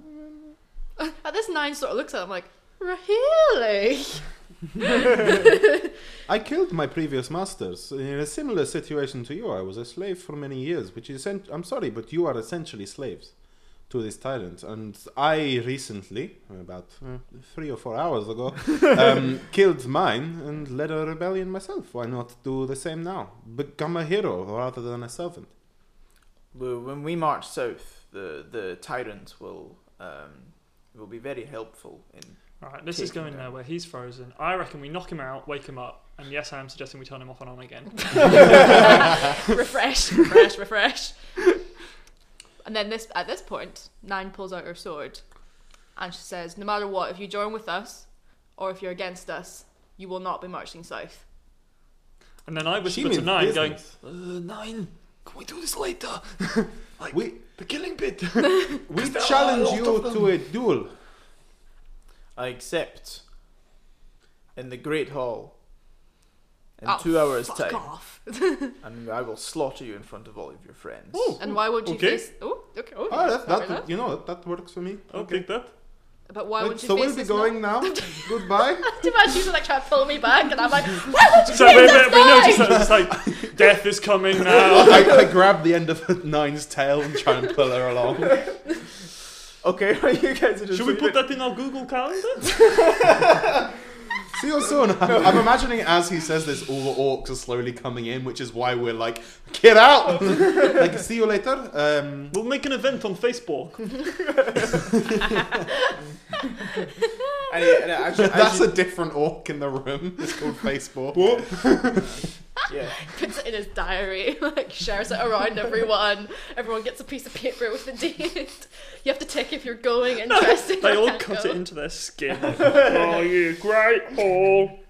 At this nine sort of looks at him like, really?
I killed my previous masters in a similar situation to you. I was a slave for many years, which is. essen- I'm sorry, but you are essentially slaves to this tyrant. And I recently, about uh, three or four
(laughs)
hours ago, um, killed mine and led a rebellion myself. Why not do the same now? Become a hero rather than a servant.
Well, when we march south, the the tyrant will um, will be very helpful in.
All right, this is
Taking
going
down.
nowhere. He's frozen. I reckon we knock him out, wake him up, and yes, I am suggesting we turn him off and on again.
refresh, refresh, refresh. And then this at this point, Nine pulls out her sword and she says, No matter what, if you join with us or if you're against us, you will not be marching south.
And then I
She
whisper to
means
Nine,
business.
going, uh, Nine, can we do this later? (laughs) like
We,
the killing bit.
(laughs)
(laughs)
we
there are a
challenge
lot
you
of them.
to
(laughs)
a duel.
I accept. In the great hall. In
Oh,
two hours'
Fuck
time,
off.
and I will slaughter you in front of all of your friends.
Oh.
And why would you
Okay.
face Oh, okay. Oh,
Oh, that,
fair
that,
enough.
you know, what, that works for me.
I'll take (laughs) that.
But why
Wait,
would you
so
face
we'll be
this
going now. Goodbye.
Do you (laughs) imagine she's like trying to pull me back and I'm like, Why would you
So
face
we, we,
this
we
guy?"
notice that it's
(laughs)
like death is coming now.
(laughs) I, I grab the end of (laughs) Nine's tail and try and pull her along.
Okay, (laughs) you guys are just.
Should we
leaving.
put that in our Google calendar?
(laughs) See you soon. I'm, I'm imagining as he says this, all the orcs are slowly coming in, which is why we're like, get out! (laughs) like, see you later. Um,
We'll make an event on Facebook.
(laughs)
And, yeah, and actually,
(laughs) that's
actually,
a different orc in the room. (laughs) It's called Facebook.
(laughs) yeah.
puts it in his diary, (laughs) like shares it around everyone. Everyone gets a piece of paper with the date. You have to tick if you're going
(laughs)
interested.
They
or
all
can't
cut
go.
it into their skin. (laughs) oh, you great hall.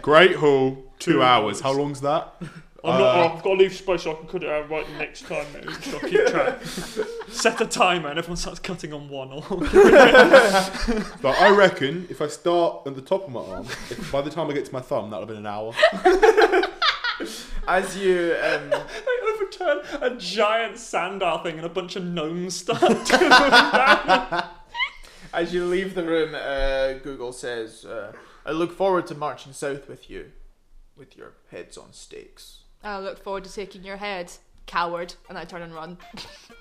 Great hall. Two hours. How long's that?
I'm not,
Uh,
I've got to leave space so I can cut it out right next time. (laughs) Mate, so I keep track. Set a timer and everyone starts cutting on one. (laughs) orc.
But I reckon if I start at the top of my arm, if, by the time I get to my thumb, that'll be an hour.
As you, um,
they overturn a giant sandar thing and a bunch of gnomes start (laughs) to down.
as you leave the room, uh, Google says, uh, "I look forward to marching south with you, with your heads on stakes."
I look forward to taking your head, coward. And I turn and run.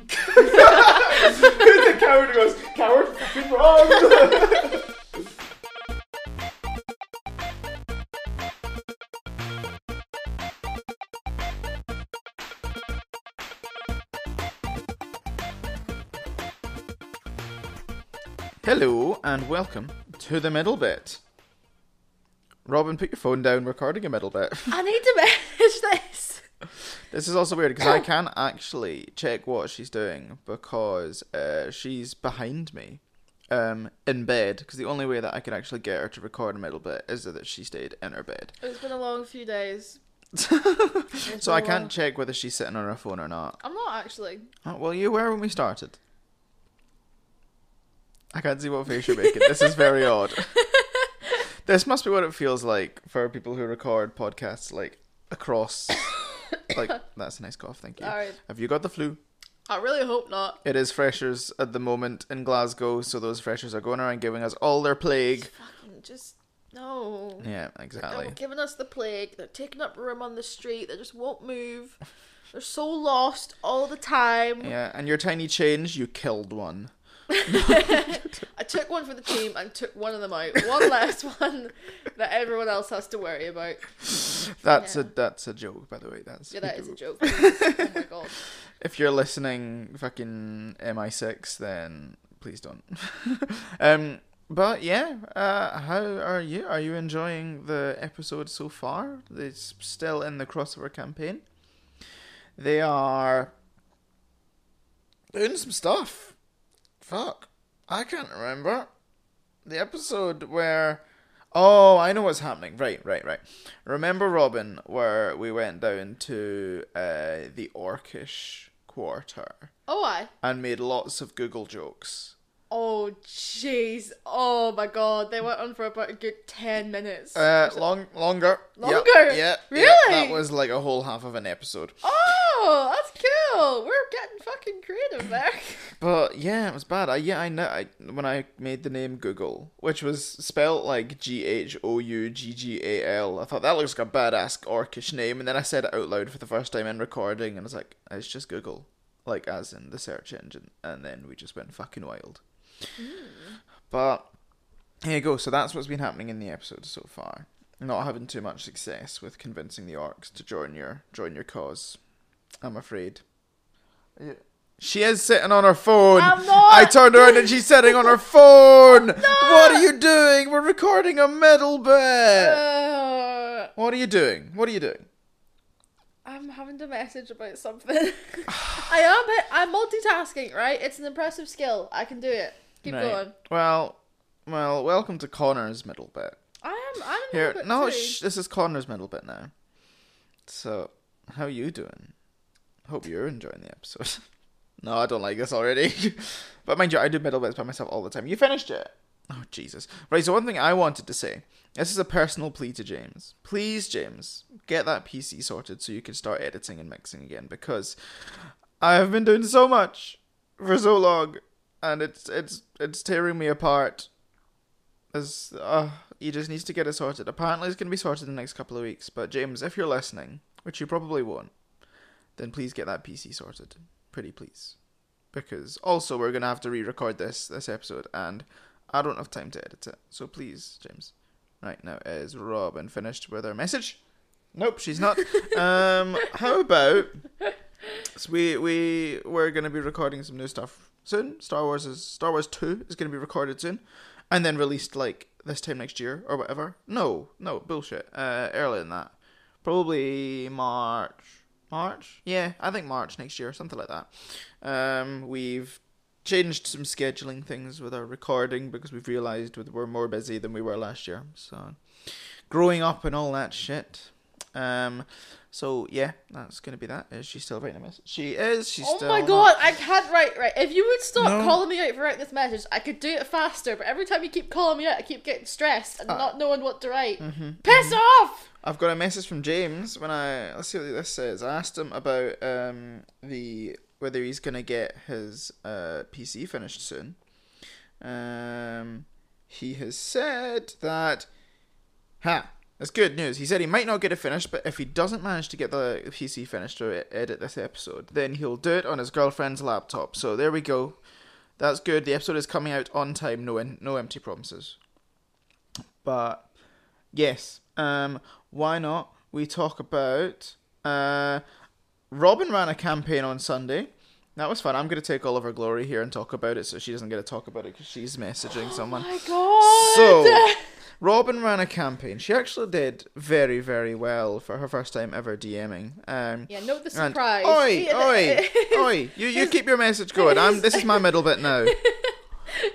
the (laughs) coward goes, "Coward, fucking wrong."
Hello and welcome to the middle bit. Robin, put your phone down. Recording a middle bit.
I need to manage this.
This is also weird because I can't actually check what she's doing because uh, she's behind me um, in bed. Because the only way that I can actually get her to record a middle bit is that she stayed in her bed.
It's been a long few
(laughs)
days.
So I can't check whether she's sitting on her phone or not.
I'm not actually.
Oh, well, you were when we started. I can't see what face you're making. This is very odd. This must be what it feels like for people who record podcasts like across. like that's a nice cough. Thank you.
Alright.
Have you got the flu?
I really hope not.
It is freshers at the moment in Glasgow, so those freshers are going around giving us all their plague.
Fucking just no.
Yeah,
They're
exactly.
giving us the plague. They're taking up room on the street. They just won't move. They're so lost all the time.
Yeah, and your tiny change, you killed one.
(laughs)
I took one for the team and took one of them out. One last one that everyone else has to worry about.
That's a
Yeah.
that's a joke, by the way. That's
Yeah, that is a joke. oh
(laughs)
my god.
if you're listening, fucking MI6, then please don't. (laughs) um, but yeah, uh, how are you? Are you enjoying the episode so far? It's still in the crossover campaign.
They are doing some stuff. Fuck. I can't remember. The episode where. Oh, I know what's happening. Right, right, right. Remember, Robin, where we went down to uh, the Orcish Quarter
Oh, I.
and made lots of Google jokes?
Oh, jeez. Oh my god. They went on for about a good 10 minutes.
Uh, long, longer. Yep,
Longer?
Yeah.
Really?
that was like a whole half of an episode.
oh, that's cool. We're getting fucking
(laughs)
creative there.
But yeah, it was bad. I, yeah, I know. I, when I made the name Google, which was spelt like G H O U G G A L, I thought that looks like a badass orcish name. And then I said it out loud for the first time in recording, and I was like, it's just Google, like as in the search engine. And then we just went fucking wild. But here you go. So that's what's been happening in the episode so far. Not having too much success with convincing the orcs to join your join your cause. I'm afraid. She is sitting on her phone.
I'm not.
I turned around and she's sitting on her
(laughs)
phone. What are you doing? We're recording a middle bit.
Uh,
what are you doing? What are you doing?
I'm having to message about something. (laughs) I am. he- I'm multitasking, right? It's an impressive skill. I can do it. Keep
Right.
going.
Well, well, welcome to Connor's middle bit.
I am. I'm in
Here,
orbit
no,
too.
shh, this is Connor's middle bit now. So, how you doing? Hope you're enjoying the episode. (laughs) no, I don't like this already. (laughs) but mind you, I do middle bits by myself all the time. You finished it. Oh Jesus! Right. So one thing I wanted to say. This is a personal plea to James. Please, James, get that PC sorted so you can start editing and mixing again because I have been doing so much for so long, and it's it's it's tearing me apart. As uh, he just needs to get it sorted. Apparently, it's going to be sorted in the next couple of weeks. But James, if you're listening, which you probably won't, then please get that PC sorted, pretty please, because also we're going to have to re-record this this episode, and I don't have time to edit it. So please, James. Right now is Robin finished with her message? Nope, she's not. um, how about so we we we're gonna be recording some new stuff soon. Star Wars is Star Wars Two is gonna be recorded soon, and then released like this time next year or whatever. No, no bullshit. Uh, earlier than that, probably March. March? Yeah, I think March next year, something like that. Um, we've changed some scheduling things with our recording because we've realised we- we're more busy than we were last year. So, growing up and all that shit. Um, so yeah, that's gonna be that. Is she still writing a message? She is. She's
Oh
still
my
not-
god, I can't write right. If you would stop
No.
calling me out for writing this message, I could do it faster, but every time you keep calling me out, I keep getting stressed
Uh,
and not knowing what to write.
mm-hmm,
Piss off!
I've got a message from James when I let's see what this says. I asked him about um, the whether he's gonna get his uh, PC finished soon. Um, he has said that. Ha! That's good news. He said he might not get it finished, but if he doesn't manage to get the PC finished or e- edit this episode, then he'll do it on his girlfriend's laptop. So there we go. That's good. The episode is coming out on time. No, en- no empty promises. But Yes. Um, why not? We talk about. Uh, Robin ran a campaign on Sunday. That was fun. I'm going to take all of her glory here and talk about it so she doesn't get to talk about it because she's messaging someone.
my god!
So, Robin ran a campaign. She actually did very, very well for her first time ever DMing. Um,
Yeah, note the
and-
surprise. (laughs)
Oi,
Yeah,
oi, oi! You, you keep your message going. I'm. This
(laughs)
is my middle bit now.
(laughs)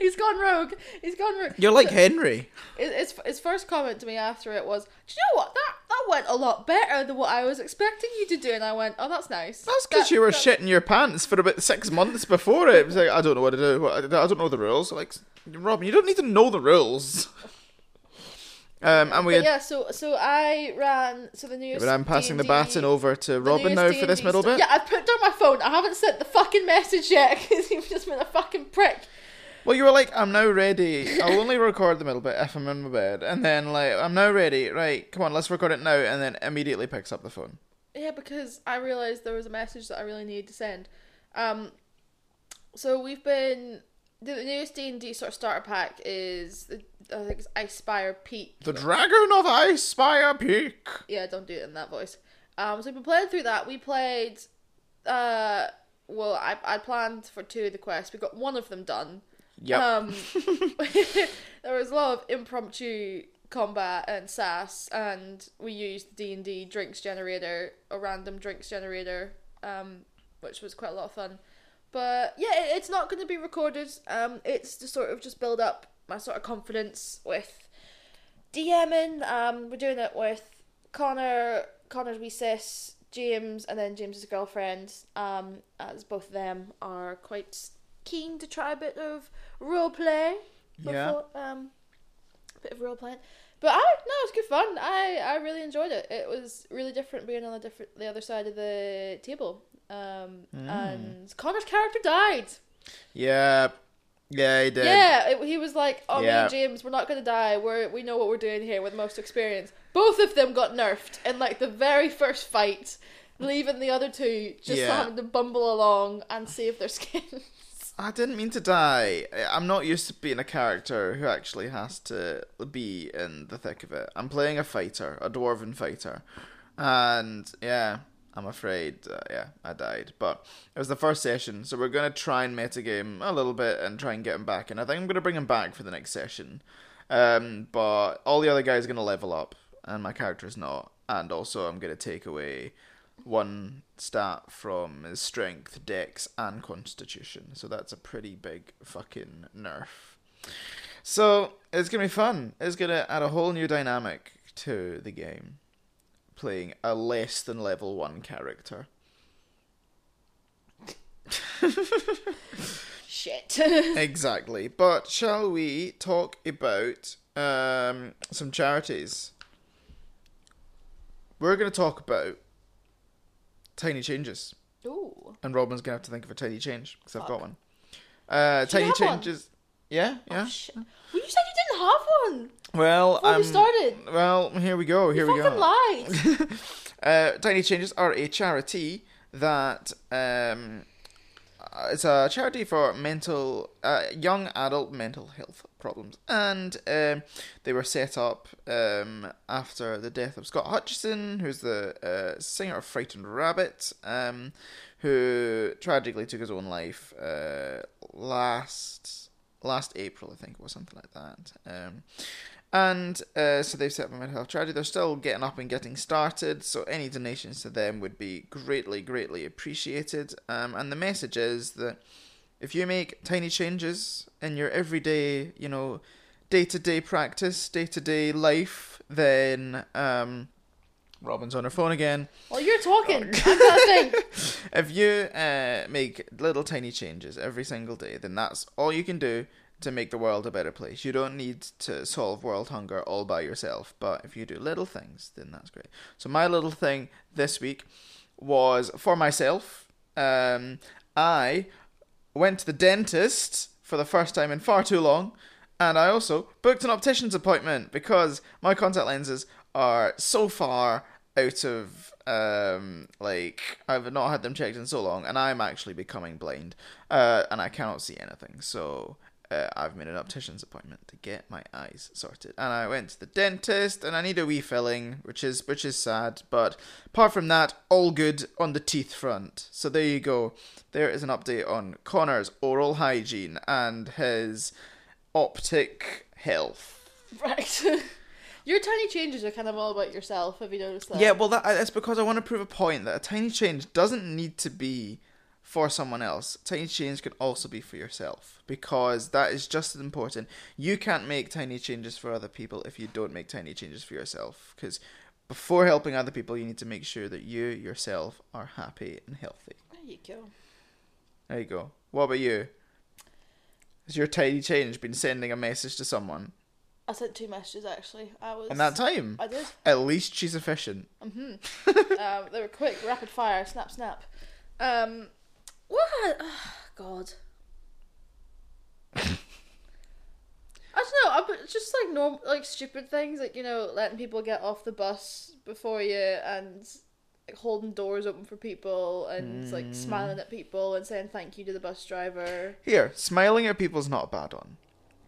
He's gone rogue. He's gone rogue.
You're like Henry.
His, his, his first comment to me after it was, "Do you know what? That that went a lot better than what I was expecting you to do." And I went, "Oh, that's nice."
That's because
That-
you were
that-
shitting your pants for about six months before it. It was like, I don't know what to do. What- I don't know the rules. Like, Robin, you don't need to know the
(laughs)
rules. Um, and we had,
But yeah, so so I ran. So the newest.
but I'm passing the
D&D
baton over to
the
Robin now
newest
for this
D&D
middle
stuff-
bit.
Yeah, I've put down my phone. I haven't sent the fucking message yet (laughs) because you've just been a fucking prick.
Well, you were like, I'm now ready. I'll only record the middle bit if I'm in my bed. And then, like, I'm now ready. Right, come on, let's record it now. And then immediately picks up the phone.
Yeah, because I realised there was a message that I really needed to send. Um, so we've been the the newest D and D sort of starter pack is the- I think it's Ispire Peak.
The Dragon of Ice Spire Peak.
Yeah, don't do it in that voice. Um, so we've been playing through that. We played. Uh, well, I I planned for two of the quests. We got one of them done.
Yep.
Um, (laughs) there was a lot of impromptu combat and sass, and we used the D and D drinks generator, a random drinks generator, um, which was quite a lot of fun. But yeah, it, it's not going to be recorded. Um, it's to sort of just build up my sort of confidence with DMing. Um, we're doing it with Connor, Connor's wee sis, James, and then James's girlfriend. Um, as both of them are quite keen to try a bit of role play. Before, um, a bit of role playing. But I no, it was good fun. I I really enjoyed it. It was really different being on the different the other side of the table. Um, and Connor's character died.
Yeah. Yeah, he did.
Yeah, it, he was like, "Oh, me
Yeah.
and James, we're not gonna die. We we know what we're doing here. We're the most experienced." Both of them got nerfed in like the very first fight, leaving the other two just
Yeah.
having to bumble along and save their (laughs) skin.
I didn't mean to die. I- I'm not used to being a character who actually has to be in the thick of it. I'm playing a fighter, a dwarven fighter. And yeah, I'm afraid, uh, yeah, I died. But it was the first session, so we're going to try and metagame a little bit and try and get him back. And I think I'm going to bring him back for the next session. Um, but all the other guys are going to level up, and my character's not. And also, I'm going to take away one stat from his strength, dex, and constitution. So that's a pretty big fucking nerf. So it's gonna be fun. It's gonna add a whole new dynamic to the game. Playing a less than level one character.
Shit.
exactly. But shall we talk about um, some charities? We're gonna talk about tiny changes.
(laughs) Ooh.
And Robin's gonna have to think of a tiny change because I've got one. Uh, tiny
have one? Oh,
changes. Yeah, yeah.
Shit. Well, you said you didn't have one.
well,
Before we
um,
started.
Well, here we go. Here we
you
go.
fucking lied.
(laughs) Uh, Tiny Changes are a charity that um, uh, it's a charity for mental uh, young adult mental health problems, and um, they were set up um, after the death of Scott Hutchison, who's the uh, singer of Frightened Rabbit, um, who tragically took his own life uh, last last April, I think, or something like that. Um, and uh, so they've set up a mental health charity. They're still getting up and getting started, so any donations to them would be greatly, greatly appreciated. Um, and the message is that if you make tiny changes in your everyday, you know, day to day practice, day to day life, then um, Robin's on her phone again
Well, you're talking.
Oh,
I'm not saying.
(laughs) if you uh, make little tiny changes every single day, then that's all you can do to make the world a better place. You don't need to solve world hunger all by yourself, but if you do little things, then that's great. So my little thing this week was for myself. Um, I went to the dentist for the first time in far too long, and I also booked an optician's appointment because my contact lenses are so far out of um like I've not had them checked in so long, and I'm actually becoming blind, uh, and I cannot see anything. So. Uh, I've made an optician's appointment to get my eyes sorted, and I went to the dentist, and I need a wee filling, which is which is sad, but apart from that, all good on the teeth front. So there you go. There is an update on Connor's oral hygiene and his optic health.
Right. (laughs) Your tiny changes are kind of all about yourself. Have you noticed that?
yeah, well, that, uh, that's because I want to prove a point that a tiny change doesn't need to be for someone else. Tiny change can also be for yourself because that is just as important. You can't make tiny changes for other people if you don't make tiny changes for yourself because before helping other people, you need to make sure that you yourself are happy and healthy.
There you go.
There you go. What about you? Has your tiny change been sending a message to someone?
I sent two messages actually. I was.
In that time?
I did.
At least she's efficient.
Um, they were quick, rapid fire, snap, snap. Um, what? Oh, God. I don't know. I put just like normal, like stupid things, like you know, letting people get off the bus before you, and like holding doors open for people, and
Hmm.
like smiling at people and saying thank you to the bus driver.
Here, smiling at people's not a bad one.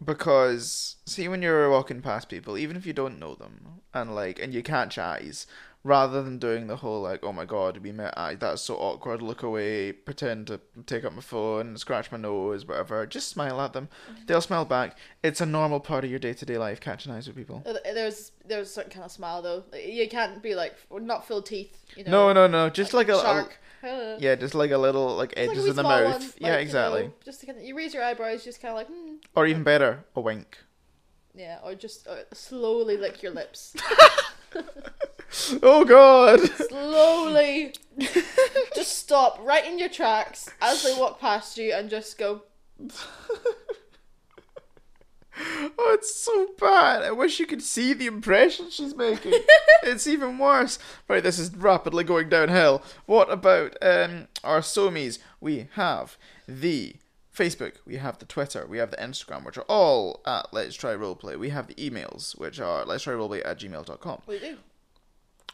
Because see when you're walking past people, even if you don't know them, and like and you catch eyes, rather than doing the whole like, oh my god, we met eyes, that's so awkward, look away, pretend to take up my phone, scratch my nose, whatever, just smile at them.
Mm-hmm.
They'll smile back. It's a normal part of your day to day life catching eyes with people.
Uh, There's there's a certain kind of smile though. Like, You can't be like not full teeth. You know.
No, no, no. Just like,
like
a, a-
shark.
Yeah, just like a little like
It's
edges
like a wee
in the
small
mouth.
one,
yeah,
like, you
exactly.
know, just to kind of, you raise your eyebrows, just kind of like, mm,
Or even better, a wink. (gasps)
yeah, or just uh, slowly lick your
(laughs)
lips,
Oh god. (laughs)
slowly. just stop right in your tracks as they walk past you and just go.
(laughs) Oh, it's so bad. I wish you could see the impression she's making. it's even worse. Right, this is rapidly going downhill. What about um our Somies? We have the Facebook, we have the Twitter, we have the Instagram, which are all at Let's Try Roleplay. We have the emails, which are let's try roleplay at gmail.com.
We do.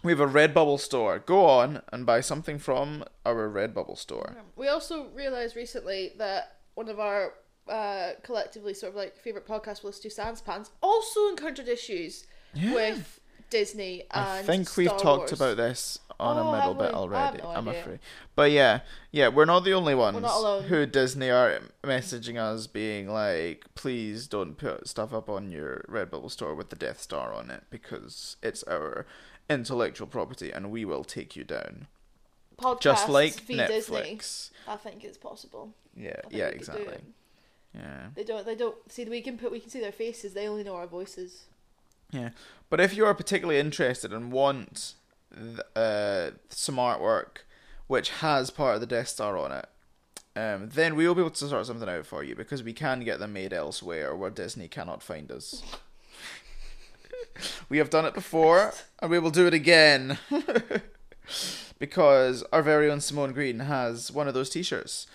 We have a Redbubble store. Go on and buy something from our Redbubble store.
We also realised recently that one of our uh, collectively sort of like favourite podcasts, we listen to Sans Pants, also encountered issues with Disney and
I think we've
Uh, Star
talked
Wars.
about this on
Oh,
a middle
have
bit
we? I have
already.
no
I'm
idea.
afraid, but yeah, yeah, we're not the only ones
not alone.
who Disney are messaging us, being like, "Please don't put stuff up on your Redbubble store with the Death Star on it because it's our intellectual property, and we will take you down."
podcasts
Just like
v Disney.
Netflix.
I think it's possible.
Yeah,
I think
yeah,
we could do
exactly.
it.
Yeah.
They don't. They don't see. We can put. We can see their faces. They only know our voices.
Yeah, but if you are particularly interested and want th- uh, some artwork which has part of the Death Star on it, um, then we will be able to sort something out for you because we can get them made elsewhere where Disney cannot find us. we have done it before, and we will do it again. (laughs) because our very own Simone Green has one of those T-shirts,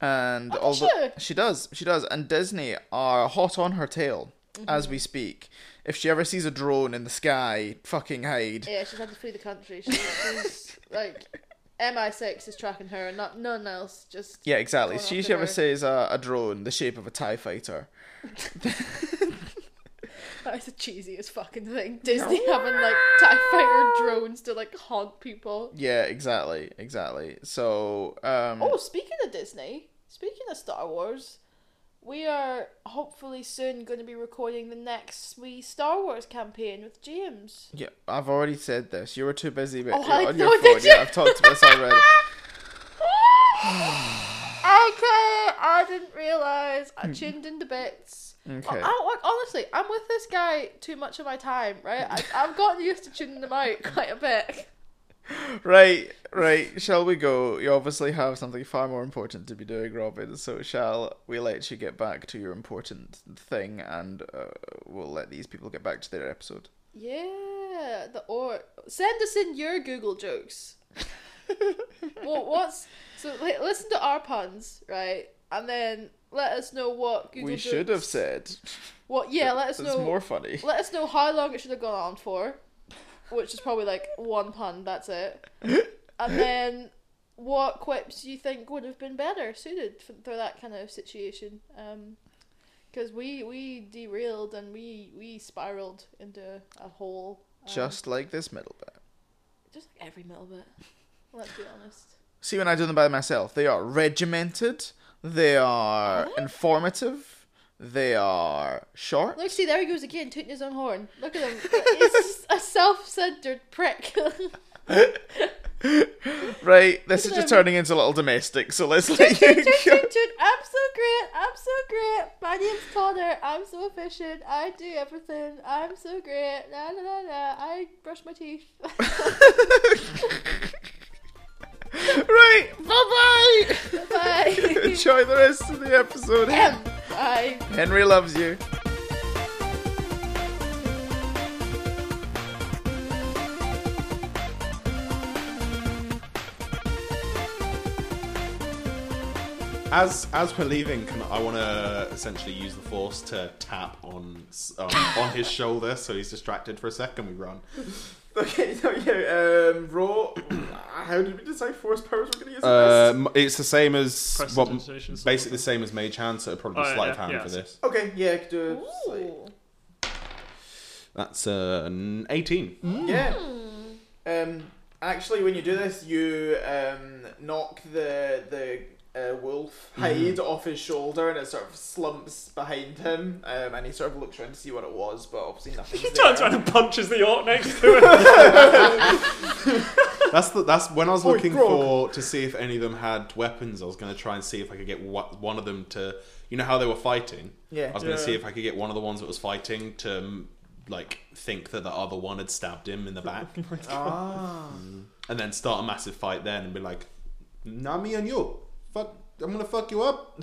and although she does, she does, and Disney are hot on her tail as
Mm-hmm.
we speak. If she ever sees a drone in the sky, fucking hide.
Yeah, she's Eh, had to flee the country. She's, she's like MI6 is tracking her, and not none else. Just (laughs)
Yeah, exactly.
Going
She,
after
she ever
her.
sees a, a drone the shape of a Tie Fighter.
that is the cheesiest fucking thing. Disney having like Tie Fighter drones to like haunt people.
Yeah, exactly, exactly. So, um,
Oh, speaking of Disney, speaking of Star Wars, we are hopefully soon going to be recording the next wee Star Wars campaign with James.
yeah, I've already said this. You were too busy but
Oh, I-
on
oh,
your
did
phone. Yeah,
you?
I've talked to this already.
(laughs) (sighs) okay, I didn't realize. I tuned into bits.
Hmm. Okay.
I, I, like, honestly, I'm with this guy too much of my time, right? I, I've gotten used to tuning them out (laughs) quite a bit.
Right, right. Shall we go? You obviously have something far more important to be doing, Robin. So shall we let you get back to your important thing, and uh, we'll let these people get back to their episode.
Yeah, the or send us in your Google jokes. (laughs) well, what's so? Li- listen to our puns, right, and then let us know what Google
we
jokes-
should have said.
What? Yeah, let us
It's
know.
more funny.
Let us know how long it should have gone on for, which is probably like one pun. That's it. And then, what quips you think would have been better suited for, for that kind of situation? Because we we derailed and we we spiraled into a hole. um,
Just like this middle bit.
just like every middle bit. Let's be honest.
See, when I do them by myself, they are regimented. They are informative. They are short.
Look, see, there he goes again, tooting his own horn. Look at him. It's (laughs) a self-centered prick. (laughs)
Right, this is
Look at
just
them.
turning into a little domestic. So let's let you
(laughs) toot,
go.
(laughs)
toot, toot. I'm so great. I'm so great. My name's Connor. I'm so efficient. I do everything. I'm so great. Na na na na. I brush my teeth. (laughs)
(laughs) Right, bye
Bye.
(laughs)
bye. (laughs) Enjoy the rest of the episode.
Bye.
Henry loves you.
As as we're leaving, can I want to essentially use the force to tap on s- um, on
(laughs)
his shoulder so he's distracted for a second. We run.
Okay, (laughs) so yeah, um, raw. (clears throat) how did we decide force powers were going to use? in
Uh,
this?
Um, it's the same as well,
Prestidigitation, sort
basically the
of.
same as mage hand, so it'd probably be
Oh, yeah,
sleight of
yeah,
hand
yeah,
for
so-
this.
okay, yeah, I could do it. slightly.
(laughs)
Ooh.
That's uh, an eighteen. (laughs)
Yeah. Um. Actually, when you do this, you um knock the the uh, wolf
Mm-hmm.
hide off his shoulder, and it sort of slumps behind him. Um, and he sort of looks around to see what it
(laughs)
was, but obviously nothing.
(laughs) He turns around and punches the orc next to him.
That's the, that's when I was
Oi,
looking
Grog.
for to see if any of them had weapons. I was going to try and see if I could get wa- one of them to. You know how they were fighting.
Yeah.
I was going to
Yeah.
see if I could get one of the ones that was fighting to mm, like think that the other one had stabbed him in the
(laughs)
back,
Ah. (laughs)
and then start a massive fight then and be like, "Not me and you. Fuck, I'm gonna fuck you up."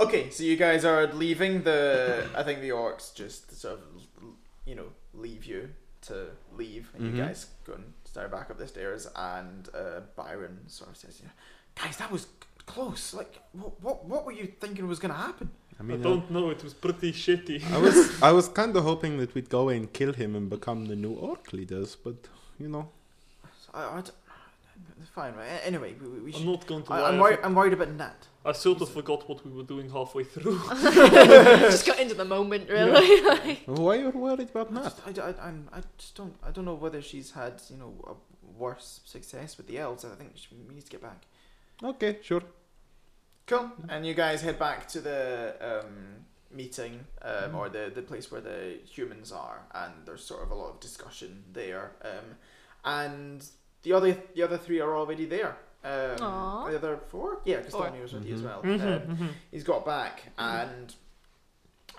Okay, so you guys are leaving the. I think the orcs just sort of, you know, leave you to leave, and you
Mm-hmm.
Mhm.
guys go and start back up the stairs. And uh, Byron sort of says, "You know, guys, that was close. Like, what, what, what were you thinking was going to happen?"
I uh,
I don't know. It was pretty shitty.
I was I was kind of hoping that we'd go away and kill him and become the new orc leaders, but you know.
So I, I don't, fine, right? Anyway, we, we- we
I'm
should.
not going to
I,
lie.
I'm,
I,
worried, I'm worried about Nat.
I sort of forgot what we were doing halfway through.
just got into the moment, really. (laughs) like,
Why are you worried about
I, just, I, I, I'm, I just don't. I don't know whether she's had you know a worse success with the elves. I think she, we need to get back.
Okay, sure.
Cool.
Mm-hmm.
And you guys head back to the um, meeting um,
Mm-hmm.
or the, the place where the humans are, and there's sort of a lot of discussion there. Um, and the other the other three are already there. Um,
Aw.
the other four, yeah, because
Four. Mm-hmm.
Tony was with you as
Mhm.
well. Um,
(laughs) Mhm, mhm.
he's got back and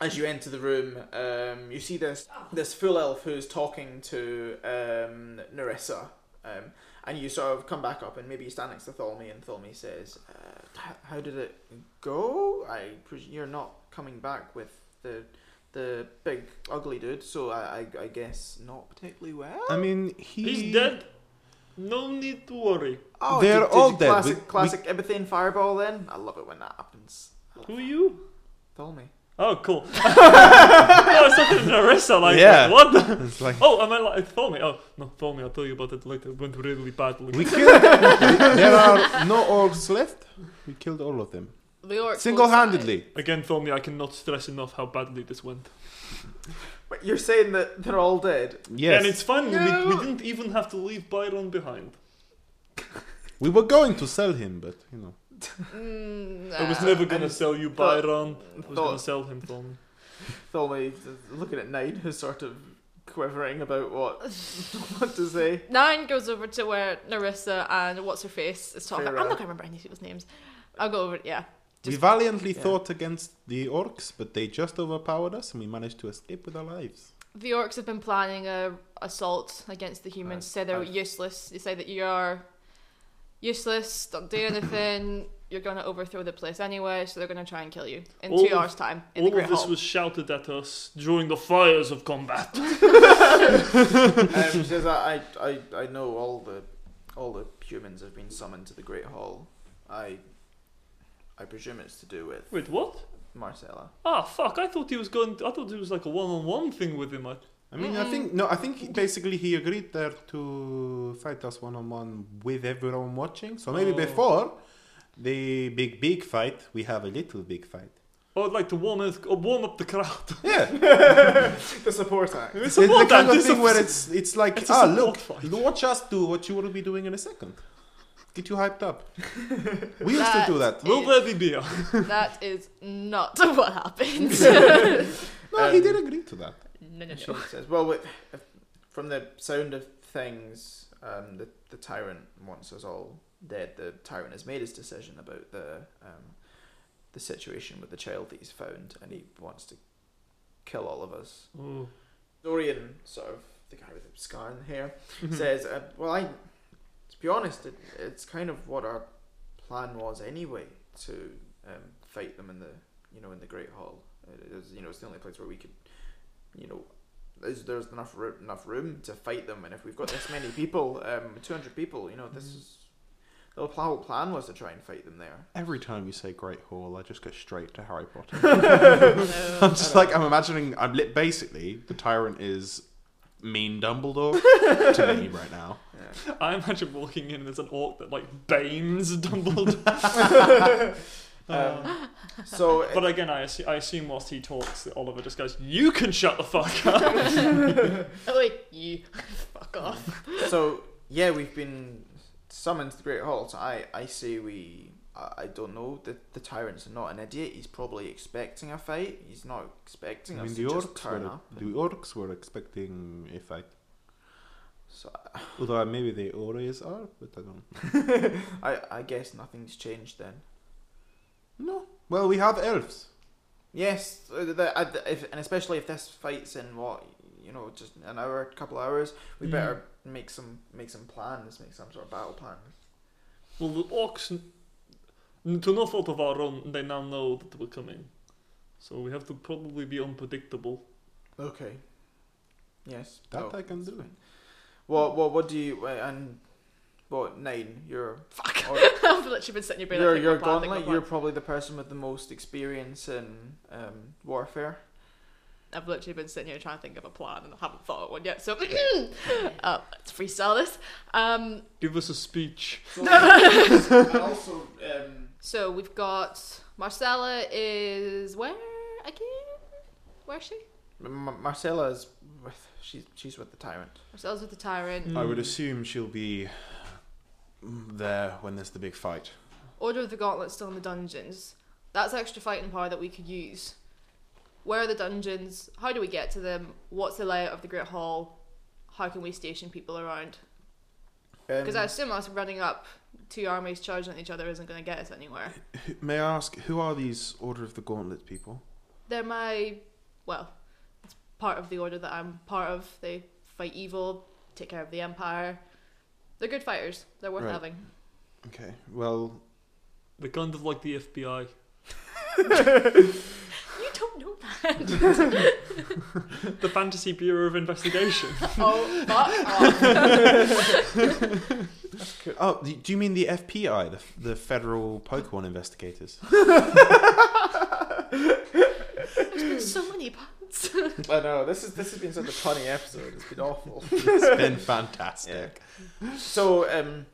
as you enter the room um, you see this this full elf who's talking to um, Narissa um, and you sort of come back up and maybe you stand next to Tholme and Tholme says uh, "H- how did it go I pres- you're not coming back with the the big ugly dude so I, I, I guess not particularly well
I mean, he
He's dead. No need to worry.
oh
They're
did- did
all
you
dead. We-
classic
we-
classic epithane fireball then I love it when that happens
Who are you?
Tholme
Oh,
(laughs)
cool. (laughs) no, it's not an Arissa. Like,
Yeah.
what the?
It's like
Oh, am I like Thormy? Oh, no, Thormy, I'll tell you about it later. It went really badly.
we killed. (laughs) there are no orcs left. We killed all of them
the orcs will
single-handedly.
(laughs) Again, Thormy, I cannot stress enough how badly this went.
But you're saying that they're all dead.
Yes,
And it's fun,
No.
we, we didn't even have to leave Byron behind.
we were going to sell him, but you know.
decide. Mm,
I was
nah. (laughs)
never gonna sell you
thought-
Byron. I was gonna
thought-
sell him Thormy.
Tholme, looking at Nine, who's sort of quivering about what (laughs) what to say.
Nine goes over to where Narissa and what's her face is talking.
Feyre.
I'm not gonna remember any people's names. I'll go over. it, Yeah,
We
Just-
valiantly
yeah.
fought against the orcs, but they just overpowered us, and we managed to escape with our lives.
the orcs have been planning a assault against the humans.
I've-
say they're
I've-
useless. They say that you are useless. Don't do anything. You're gonna overthrow the place anyway, so they're gonna try and kill you in
All
two
of-
hours' time in the
All
Great
of this
Hall.
was shouted at us during the fires of
(laughs)
combat.
(laughs) Um, she says, I, I, I- I know all the all the humans have been summoned to the Great Hall. I I presume it's to do with
Wait, what?
Marcella.
Ah, fuck! I thought he was going. I thought it was like a one-on-one thing with him. I,
I mean, I think no, I think he, basically he agreed there to fight us one on one with everyone watching. So maybe
Oh.
before the big big fight, we have a little big fight.
I would like to warm it, uh, warm up the crowd. (laughs)
Yeah,
(laughs) The support act.
It's
it's the
support
kind
act,
of
it's
thing
a-
where it's it's like
it's a
ah
support
look,
fight."
l- watch us do what you will be doing in a second. Get you hyped
(laughs)
up. we used
That
to do that.
Will there be beer?
that is not (laughs) what happened.
No, he did agree to that.
(laughs) no, no,
She
no.
says, well, with, if, from the sound of things, um, the, the tyrant wants us all dead. The tyrant has made his decision about the um, the situation with the child that he's found, and he wants to kill all of us.
Oh.
Dorian, sort of the guy with the scar in the hair, says, uh, well, I, to be honest, it, it's kind of what our plan was anyway to um, fight them in the you know in the Great Hall. It is you know it's the only place where we could you know is there's enough ro- enough room to fight them, and if we've got this many people, um, two hundred people, you know this is the pl- whole plan was to try and fight them there.
Every time you say Great Hall, I just go straight to Harry Potter.
no.
I'm just like I'm imagining. I'm li- basically the tyrant is mean Dumbledore to me right now.
Yeah.
I imagine walking in and there's an orc that like banes Dumbledore. (laughs) Uh,
So
but again, I, assu- I assume whilst he talks, that Oliver just goes, "You can shut the fuck up."
Like you, (laughs) fuck off.
so yeah, we've been summoned to the Great Hall. So I, I say we. I, I don't know. The the tyrant's not an idiot. He's probably expecting a fight. He's not expecting
I mean,
us
the
to just
orcs,
turn
were,
up.
the orcs were expecting a fight.
So (laughs)
Although maybe they always are, but I don't.
I, I guess nothing's changed then.
No. Well, we have elves.
Yes, uh, the, uh, the- if, and especially if this fight's in what you know, just an hour, couple hours, we
Mm.
better make some make some plans, make some sort of battle plan.
Well, the orcs, n- to no fault of our own, they now know that we're coming. So we have to probably be unpredictable.
Okay. Yes.
That
oh.
I can do.
What what what do you uh, and what nine? You're fuck.
(laughs) I've literally been sitting in your brain.
you're
like,
you're
think my plan, think my
gauntlet.
plan.
You're probably the person with the most experience in um, warfare.
I've literally been sitting here trying to think of a plan and I haven't thought of one yet. So (laughs) uh, let's freestyle this. Um,
Give us a speech.
(laughs) also, um,
so we've got Marcella is where again? Where's she?
M- Marcella's with she's she's with the tyrant.
Marcella's with the tyrant.
I would assume she'll be there when there's the big fight.
Order of the Gauntlet's still in the dungeons. That's extra fighting power that we could use. Where are the dungeons? How do we get to them? What's the layout of the Great Hall? How can we station people around? Because I
Um,
assume us running up two armies charging at each other isn't going to get us anywhere.
May I ask, who are these Order of the Gauntlet people?
They're my, well, it's part of the order that I'm part of. They fight evil, take care of the empire. They're good fighters. They're worth
Right.
having.
Okay, well,
They're kind of like the FBI.
You don't know that.
(laughs) The Fantasy Bureau of Investigation.
(laughs) oh, fuck (laughs) off.
oh, do do you mean the FPI, the, F- the Federal Pokemon Investigators?
so many puns.
I know this is this has been such a funny episode. It's been awful.
it's been fantastic.
so um,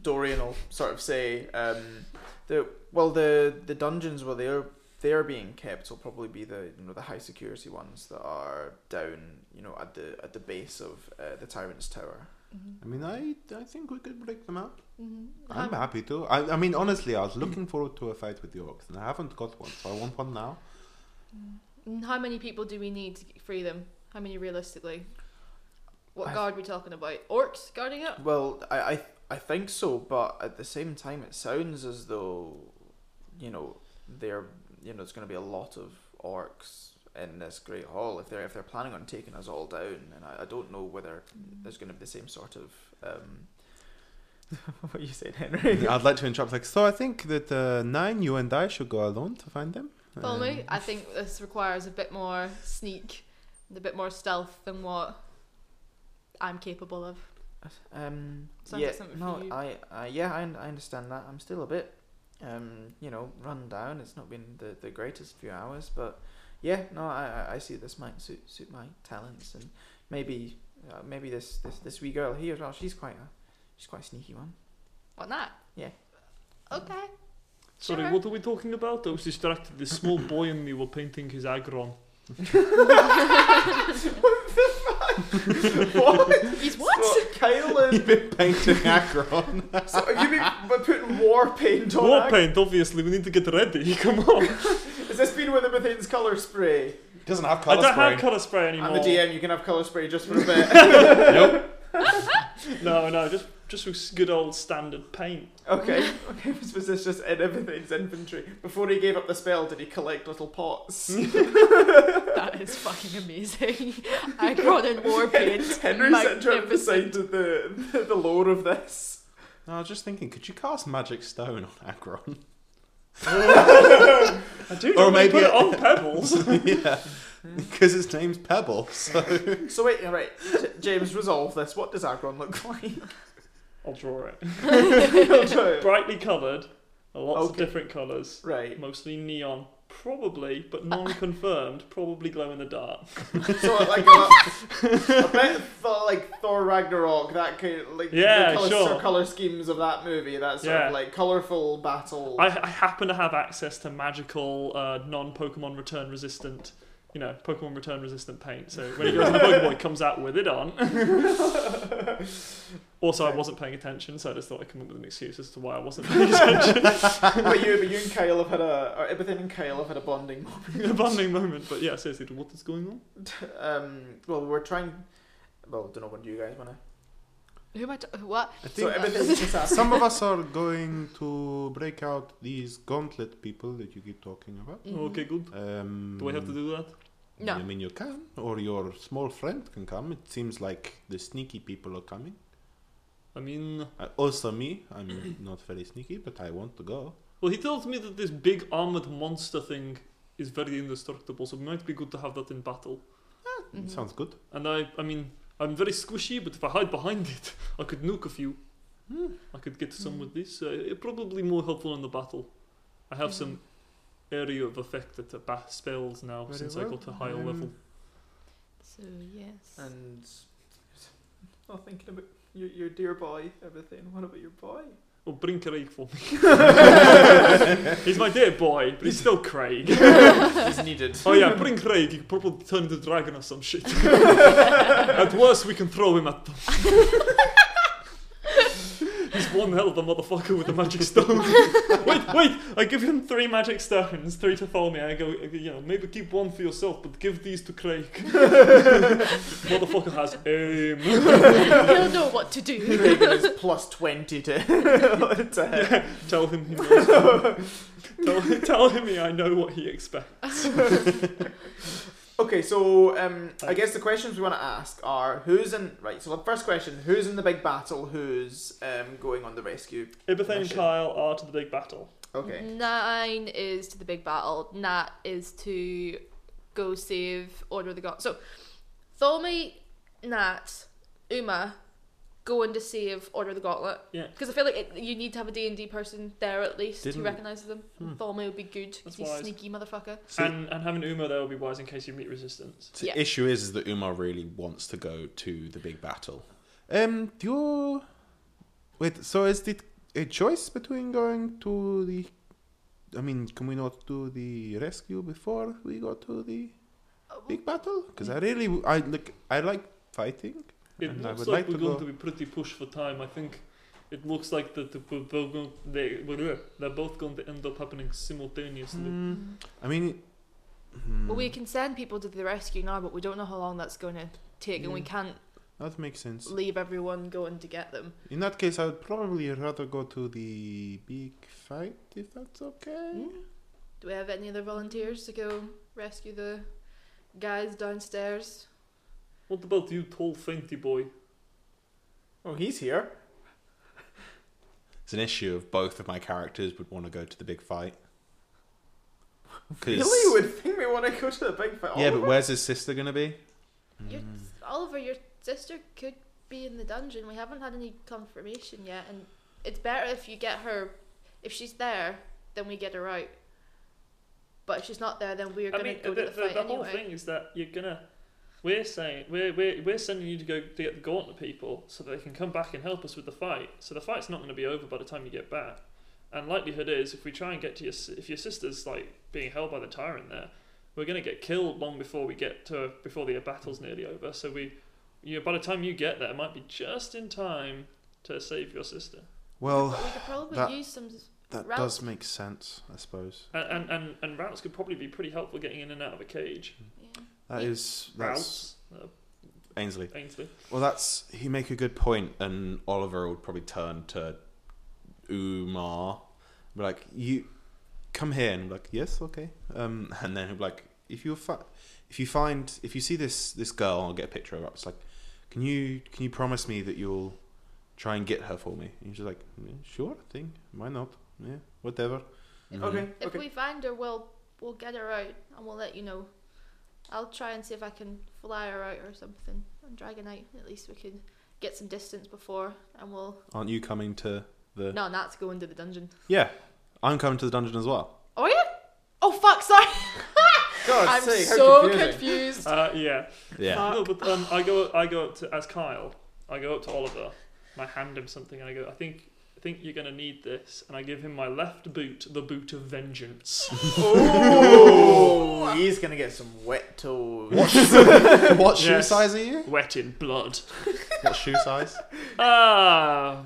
Dorian will sort of say um, the well the the dungeons where they're they're being kept will probably be the you know the high security ones that are down you know at the at the base of uh, the tyrant's tower.
I mean, I, I think we could break them up. Mm-hmm. I'm
Mm-hmm.
happy to. I, I mean, honestly, I was looking forward to a fight with the orcs, and I haven't got one, so I want one (laughs) now.
Mm-hmm. How many people do we need to free them? How many realistically? What
I-
guard are we talking about? Orcs guarding it?
Well, I, I I think so, but at the same time, it sounds as though you know they're you know it's going to be a lot of orcs in this great hall if they're if they're planning on taking us all down, and I, I don't know whether there's going to be the same sort of um. (laughs) what you saying, Henry?
I'd like to interrupt. Like, so I think that uh, nine, you and I should go alone to find them.
Follow me?
Um,
I think this requires a bit more sneak, and a bit more stealth than what I'm capable of.
Um,
Sounds
yeah,
like something for
no,
you.
I, I, yeah, I, un- I understand that. I'm still a bit, um, you know, run down. It's not been the, the greatest few hours, but yeah, no, I, I- I see this might suit suit my talents and maybe, uh, maybe this, this this wee girl here as well. She's quite a, she's quite a sneaky (laughs) one.
What not?
Yeah.
Okay.
Sorry,
Sure.
what are we talking about? I was distracted. The small boy and me were painting his agron.
(laughs) He's what?
Kyle and
You've been painting
(laughs)
Aggron.
so have you been putting war paint on?
War paint, obviously. We need to get ready. (laughs) Come on.
Has this been Witherbathin's colour spray?
Doesn't have
I
colour
don't have
spraying.
colour spray anymore.
I'm the DM. You can have colour spray just for a bit.
Nope.
(laughs) No, no, just just with good old standard
(laughs)
paint.
(laughs)
okay, okay. (laughs) This was just in everything's inventory. Before he gave up the spell, did he collect little pots?
(laughs) That is fucking amazing. (laughs) I
(laughs)
got in war paint.
Henry sent her up the
Magnificent.
side of the, the, the lore of this.
No, I was just thinking, could you cast Magic Stone on (laughs) Aggron?
I do
Or
know they
maybe
put
a-
it on pebbles.
(laughs) yeah, because his name's Pebble. So
So wait, all right, J- James, resolve this. What does Agron look (laughs) like?
(laughs)
I'll draw it.
right.
Brightly coloured, lots of
Okay.
different colours. Mostly neon, probably, but non-confirmed. probably glow in the dark.
So like a, a bit Thor, like Thor Ragnarok, that kind of, like
Yeah,
the color,
sure.
color schemes of that movie, that sort
Yeah.
of like colorful battle. (laughs)
I, (laughs) I happen to have access to magical, uh, non-Pokemon return resistant, you know, Pokemon return resistant paint. So when he goes
(laughs)
on the Pokeball, he comes out with it on. also, I wasn't paying attention, so I just thought I'd come up with an excuse as to why I wasn't paying attention.
but you, but you and Kyle have had a, or everything and Kyle have had a bonding
(laughs) a bonding moment, but yeah, seriously, what is going on?
um, well, we're trying. Well, don't know when you guys want to
Who am I? T- what?
So
I think
everything's just happening.
some of us are going to break out these gauntlet people that you keep talking about.
Mm. Mm-hmm.
Okay, good.
Um,
Do I
Mm.
have to do that?
No.
I mean, you can, or your small friend can come. It seems like the sneaky people are coming.
I mean,
Uh, also, me,
(clears throat)
I'm not very sneaky, but I want to go.
well, he tells me that this big armored monster thing is very indestructible, so it might be good to have that in battle.
Mhm.
Sounds good.
And I, I mean, I'm very squishy, but if I hide behind it, (laughs) I could nuke a few.
Hmm.
I could get some with this. Uh, it- probably more helpful in the battle. I have some area of effect at the ba- spells now
Very
since I
well.
got to higher level.
So yes.
And not thinking about your, your dear boy, everything. What about your (laughs) boy?
Well, Oh, bring Craig for
(laughs)
me. (laughs) he's my dear boy, but he's still Craig.
He's needed.
Oh yeah, bring
(laughs)
Craig. He could probably turn into a dragon or some shit. at worst, we can throw him at (laughs) them. He's one hell of a motherfucker with a magic (laughs) stone. wait, wait! I give him three magic stones, three to Tholme. I go, you know, maybe keep one for yourself, but give these to Craig. (laughs) motherfucker has aim.
(laughs) He'll know what to do.
(laughs) Reagan is plus 20 to, (laughs) to hit.
(laughs) Yeah, tell him he (laughs) knows. tell, tell him he, I know what he expects.
Okay, so um, I guess the questions we want to ask are who's in. Right, so the first question who's in the big battle? Who's um, going on the rescue?
Ibethane and
Mission.
Kyle are to the big battle.
Okay.
Mm-hmm. Nine is to the big battle. Nat is to go save Order of the God. So, Tholme, Nat, Uma, going to save Order of the Gauntlet.
Yeah.
Because I feel like it, you need to have a D&D person there at least
Didn't-
to recognise them. Tholme would be good because
Hmm. That's
he's
wise.
sneaky motherfucker.
See,
And, and having Uma there will be wise in case you meet resistance.
the
yeah.
issue is, is that Umar really wants to go to the big battle. Um, do you... Wait, so is it a choice between going to the... I mean, can we not do the rescue before we go to the big battle? Because
Mm.
I really, I like, I like fighting.
It
And I
looks
would like
like we're
to
going
go-
to be pretty pushed for time. I think it looks like that the, we're going, they, we're- they're both going to end up happening simultaneously.
Hmm. I mean, hmm,
Well, we can send people to the rescue now, but we don't know how long that's going to take, and we
Yeah.
can't
that makes sense.
leave everyone going to get them.
In that case, I would probably rather go to the big fight if that's okay.
Hmm? Do we have any other volunteers to go rescue the guys downstairs?
What about you, tall, fainty boy?
Oh, he's here.
It's an issue if both of my characters would want to go to the big (laughs) fight. 'Cause-
Really would think we want to go to the big fight.
Yeah,
All
but
of us?
where's his sister gonna be?
Your, Oliver, your sister could be in the dungeon. We haven't had any confirmation yet, and it's better if you get her. If she's there, then we get her out. But if she's not there, then we're
I
going
mean,
to go
the,
to
the,
the fight
the whole
anyway.
thing is that you're gonna. We're saying we're, we're we're sending you to go to get the gauntlet people so they can come back and help us with the fight. So the fight's not going to be over by the time you get back. And likelihood is, if we try and get to your si- if your sister's like being held by the tyrant there, we're going to get killed long before we get to before the battle's nearly over. So we, you know, by the time you get there, it might be just in time to save your sister.
Well,
But we could probably
That-
use some.
that
Route.
does make sense, I suppose.
And and and, and routes could probably be pretty helpful getting in and out of a cage.
Yeah.
That is that's
Routes, uh,
Ainsley.
Ainsley.
Well, that's he make a good point, and Oliver would probably turn to Umar, be like, "You come here," and be like, "Yes, okay." Um, and then he'd be like, "If you fi- if you find if you see this this girl, I'll get a picture of her." It's like, "Can you can you promise me that you'll try and get her for me?" And she's like, "Yeah, "Sure thing, why not? Yeah, whatever." Mm-hmm.
Okay,
If
okay.
we find her, we'll we'll get her out and we'll let you know. I'll try and see if I can fly her out or something on Dragonite. At least we can get some distance before, and we'll.
Aren't you coming to the?
No, Nat's going to the dungeon.
Yeah, I'm coming to the dungeon as well.
Are you? Oh fuck! Sorry.
God's
I'm
sake, Oh, how
so
confusing. (laughs)
confused.
Uh, yeah.
Yeah.
No, but um, I go I go up to as Kyle. I go up to Oliver and I hand him something and I go, I think I think you're gonna need this and I give him my left boot, the boot
(laughs)
of vengeance.
Oh, he's gonna get some wet toes.
what shoe (laughs)
Yes.
size are you?
Wet in blood.
What shoe size?
Ah,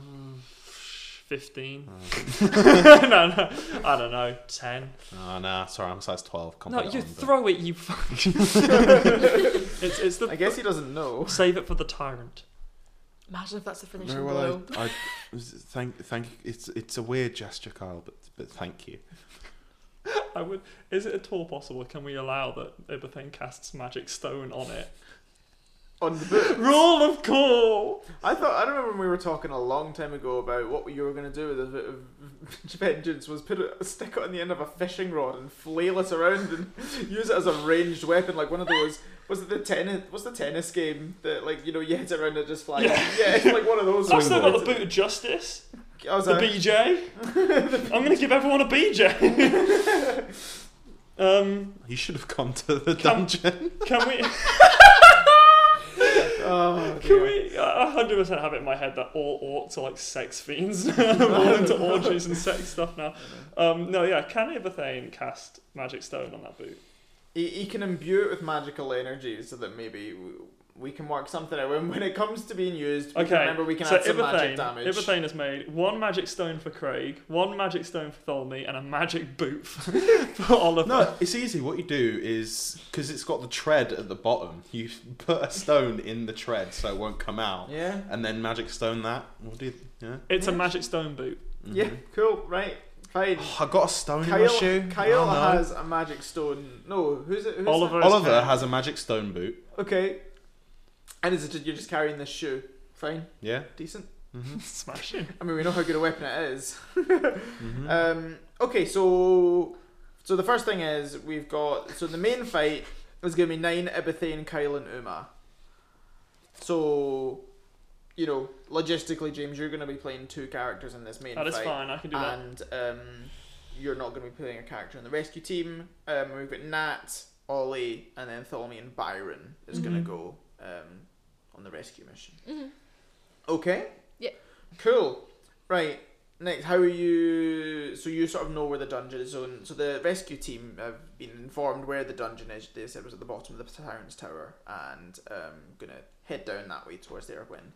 fifteen.
(laughs)
(laughs)
Uh,
no, no. I don't know. Ten.
Oh, nah, sorry, I'm size 12. Can't
No,
put it
you
on, but-
throw it,
(laughs)
you fuck. it's it's the
I guess he doesn't know.
save it for the tyrant.
Imagine if that's the finishing
No,
blow.
well, I, I thank, thank. It's it's a weird gesture, Kyle, but but thank you.
I would. Is it at all possible? Can we allow that Iberthane casts magic stone
(laughs)
on it?
On the book.
Rule of cool.
I thought I remember when we were talking a long time ago about what you were going to do with a bit of (laughs) vengeance was put a stick it on the end of a fishing rod and flail it around and (laughs) use it as a ranged weapon, like one of those. Was it the tennis? What's the tennis game that like you know you hit it around and it just flies? (laughs)
Yeah.
it's like one of
(laughs)
those.
I've still got the boot of justice.
I was
The
like,
BJ. I'm gonna give everyone a BJ. um,
You should have come to the
Come-
dungeon.
can we?
oh,
Can
dear.
we? I hundred percent have it in my head that all orcs are like sex fiends. (laughs) I'm all into orgies and sex stuff now. Um, no, yeah. Can Iberthane cast magic stone on that boot?
He, he can imbue it with magical energy so that maybe w- we can work something out. When, when it comes to being used, we can
Okay.
remember we can
so
add some magic
Iberthane,
damage.
Iberthane has made one magic stone for Craig, one magic stone for Tholme, and a magic boot (laughs) for, for Oliver.
No, it's easy. What you do is because it's got the tread at the bottom. You (laughs) put a stone in the tread so it won't come out,
Yeah.
and then magic stone that. We'll do. Yeah.
It's a magic stone boot.
Mhm.
Yeah. Cool. Right. Fine.
Oh, I got a stone in my shoe.
Kyle, Kyle
Oh, no.
has a magic stone. No, who's it? Who's
Oliver.
It?
Oliver has a magic stone boot.
Okay. And is it just- you're just carrying this shoe? Fine,
Yeah. Mm-hmm,
decent.
Smashing.
I mean, we know how good a weapon it
(laughs)
is.
Mm-hmm.
Mhm.
Um, okay, so so the first thing is we've got so the main fight is going to be nine Ibethane, Kyle, and Uma. So, you know, logistically, James, you're going to be playing two characters in this main
That is
fight.
fine. I can do that.
and um, you're not going to be playing a character in the rescue team. Um, we've got Nat, Ollie, and then Tholme and Byron is going
Mhm.
to go um, on the rescue mission.
Mm-hmm.
Mhm.
Okay.
Yeah.
Cool. Right. Next, how are you? So you sort of know where the dungeon is. So, so the rescue team have been informed where the dungeon is. They said it was at the bottom of the Tyrant's Tower, and um, gonna head down that way towards there when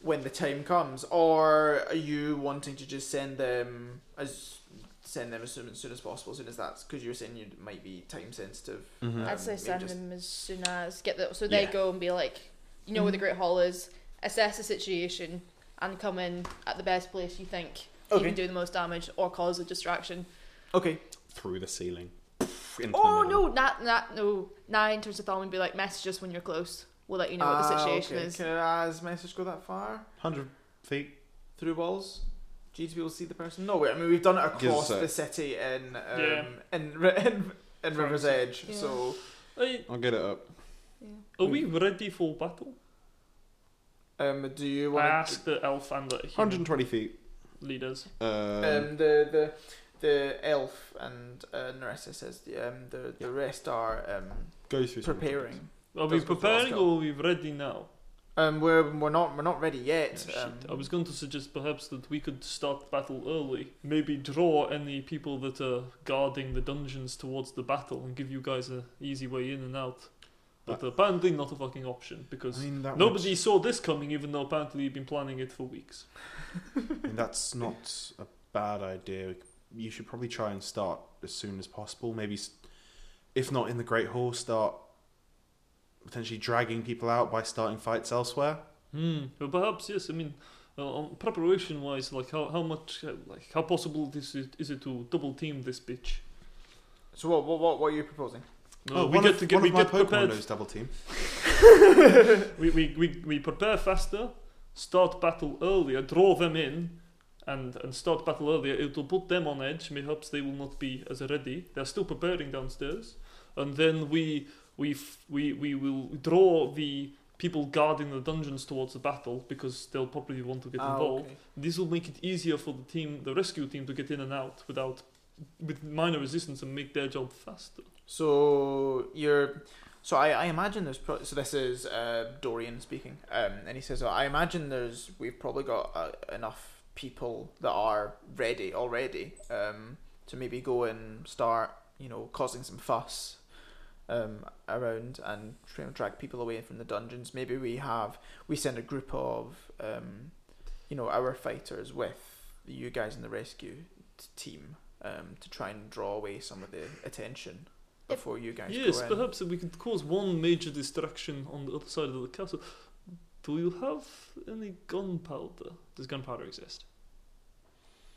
when the time comes, or are you wanting to just send them as send them as soon as, soon as possible, as soon as that's because you're saying you might be time sensitive.
Mhm.
Um,
I'd say
maybe
send
just-
them as soon as get the, so they
Yeah.
go and be like, you know where
Mm-hmm.
the Great Hall is, assess the situation, and come in at the best place you think you
Okay.
can do the most damage or cause a distraction.
Okay,
Through the ceiling. Into the
Oh no,
middle.
not not no. Nine turns to Thalman and be like, message us when you're close. We'll let you know what the
Ah,
situation
okay.
is.
Can As message go that far
Hundred feet.
through walls? GTB will see the person. No, wait. I mean, we've done it across
us a
the city in um,
Yeah.
in, Ri- (laughs) in in River's Edge.
Yeah.
So
Hey,
I'll get it up.
Are we ready for battle?
um, do you
I
want
asked the elf and the human
120 feet.
leaders.
Um,
um, the the the elf and uh, Narissa says um, the the rest are um,
go through. some-
preparing.
Are we
Doesn't go to
preparing
Oscar.
or are we ready now?
Um, we're we're not we're not ready yet.
Shit,
um,
I was going to suggest perhaps that we could start battle early. Maybe draw any people that are guarding the dungeons towards the battle and give you guys an easy way in and out. But apparently not a fucking option
I
because
mean, that
nobody saw this coming even though apparently you've been planning it for weeks.
would- I mean, that's not a bad idea. You should probably try and start as soon as possible. Maybe, s- if not in the Great Hall, start potentially dragging people out by starting fights elsewhere.
Hmm. Well, perhaps yes. I mean, uh, on preparation wise, like how how much uh, like how possible this is, is it to double team this bitch?
so what, what what what are you proposing?
Uh, we
Oh, one
get
of,
to get
one
we
of my
get
Pokemon
prepared
knows double team.
we, we, we, we prepare faster, start battle earlier, draw them in, and, and start battle earlier. It will put them on edge. Mayhaps they will not be as ready. They're still preparing downstairs. And then we, we, f- we, we will draw the people guarding the dungeons towards the battle because they'll probably want to get
Ah,
involved.
okay.
This will make it easier for the team, the rescue team, to get in and out without with minor resistance and make their job faster.
So you're. So I, I imagine there's pro- so this is uh, Dorian speaking, um, and he says, oh, I imagine there's we've probably got uh, enough people that are ready already um, to maybe go and start you know causing some fuss um, around and try and drag people away from the dungeons. Maybe we have we send a group of um, you know our fighters with you guys in the rescue t- team um, to try and draw away some of the attention
Yep.
before you guys
Yes,
go in.
perhaps we could cause one major distraction on the other side of the castle. Do you have any gunpowder? Does gunpowder exist?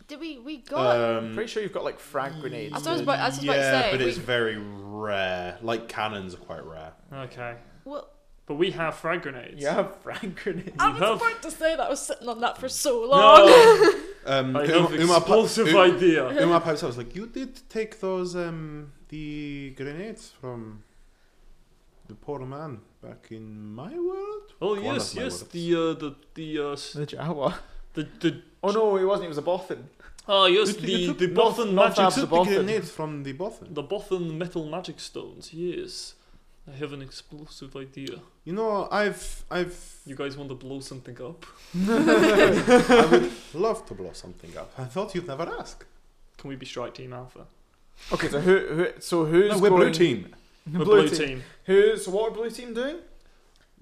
Did we? We
Uh,
got.
I'm pretty sure you've got like frag grenades.
I suppose- was about- I was just
yeah,
about to say,
but
we-
it's very rare. Like cannons are quite rare.
Okay.
well,
But we have frag grenades.
You have frag grenades.
I was
have-
about to say that I was sitting on that for so long.
No,
Um,
I
Uma-
have
Uma pu-
explosive
U-
idea.
Uma pipes up. was like, you did take those um the grenades from the poor man back in my world.
Oh
One
yes,
of my
yes.
words.
The uh, the the uh, s-
(laughs) The Jawa.
the the
Oh no, he wasn't. He was a boffin.
oh yes,
You-
the
you
the
took
Bothan
not that-
magic
You
Perhaps
took
the
the
Bothan.
grenades from the Bothan.
the Bothan metal magic stones. Yes, I have an explosive idea.
You know, I've I've
You (laughs) guys want to blow something up?
(laughs) I would love to blow something up. I thought you'd never ask.
Can we be Strike Team Alpha?
Okay, so who? who so who's
No, we're blue
going-
team.
The
Blue
blue
team.
team.
Who? So what are blue team doing?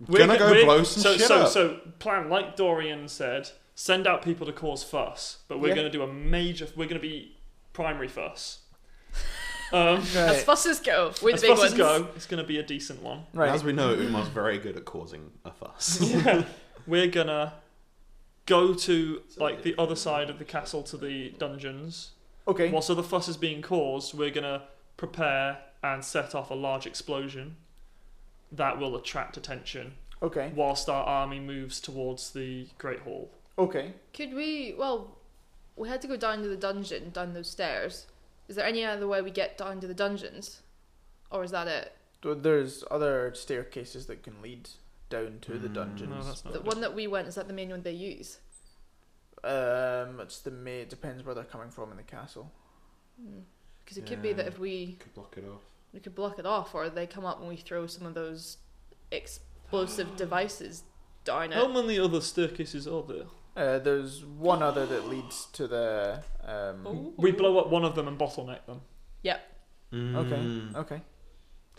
We're
Gonna
go-
go
we're-
blow some
so,
shit
so,
up.
So, plan like Dorian said, send out people to cause fuss, but we're
Yeah.
going to do a major. We're going to be primary fuss. Um,
as fusses go, we're the
as
big
fuss
ones.
as go, it's going to be a decent one.
Right.
As we know, Uma's very good at causing a fuss.
(laughs) We're gonna go to like the other side of the castle to the dungeons.
okay.
Whilst other fuss is being caused, we're gonna prepare and set off a large explosion that will attract attention.
Okay.
Whilst our army moves towards the Great Hall.
Okay.
Could we? Well, we had to go down to the dungeon, down those stairs. Is there any other way we get down to the dungeons, or is that it?
So there's other staircases that can lead down to the
No,
dungeons.
that's not
The
it.
one that we went is that the main one they use.
um, it's the may. It depends where they're coming from in the castle.
Because Hmm. it could be that
Yeah.
if we
Could block it off.
we could block it off, or they come up and we throw some of those
(sighs)
explosive devices down it.
How many other staircases are there?
Uh, there's one other that leads to the.
Oh.
Um,
We blow up one of them and bottleneck them.
Mm.
Okay.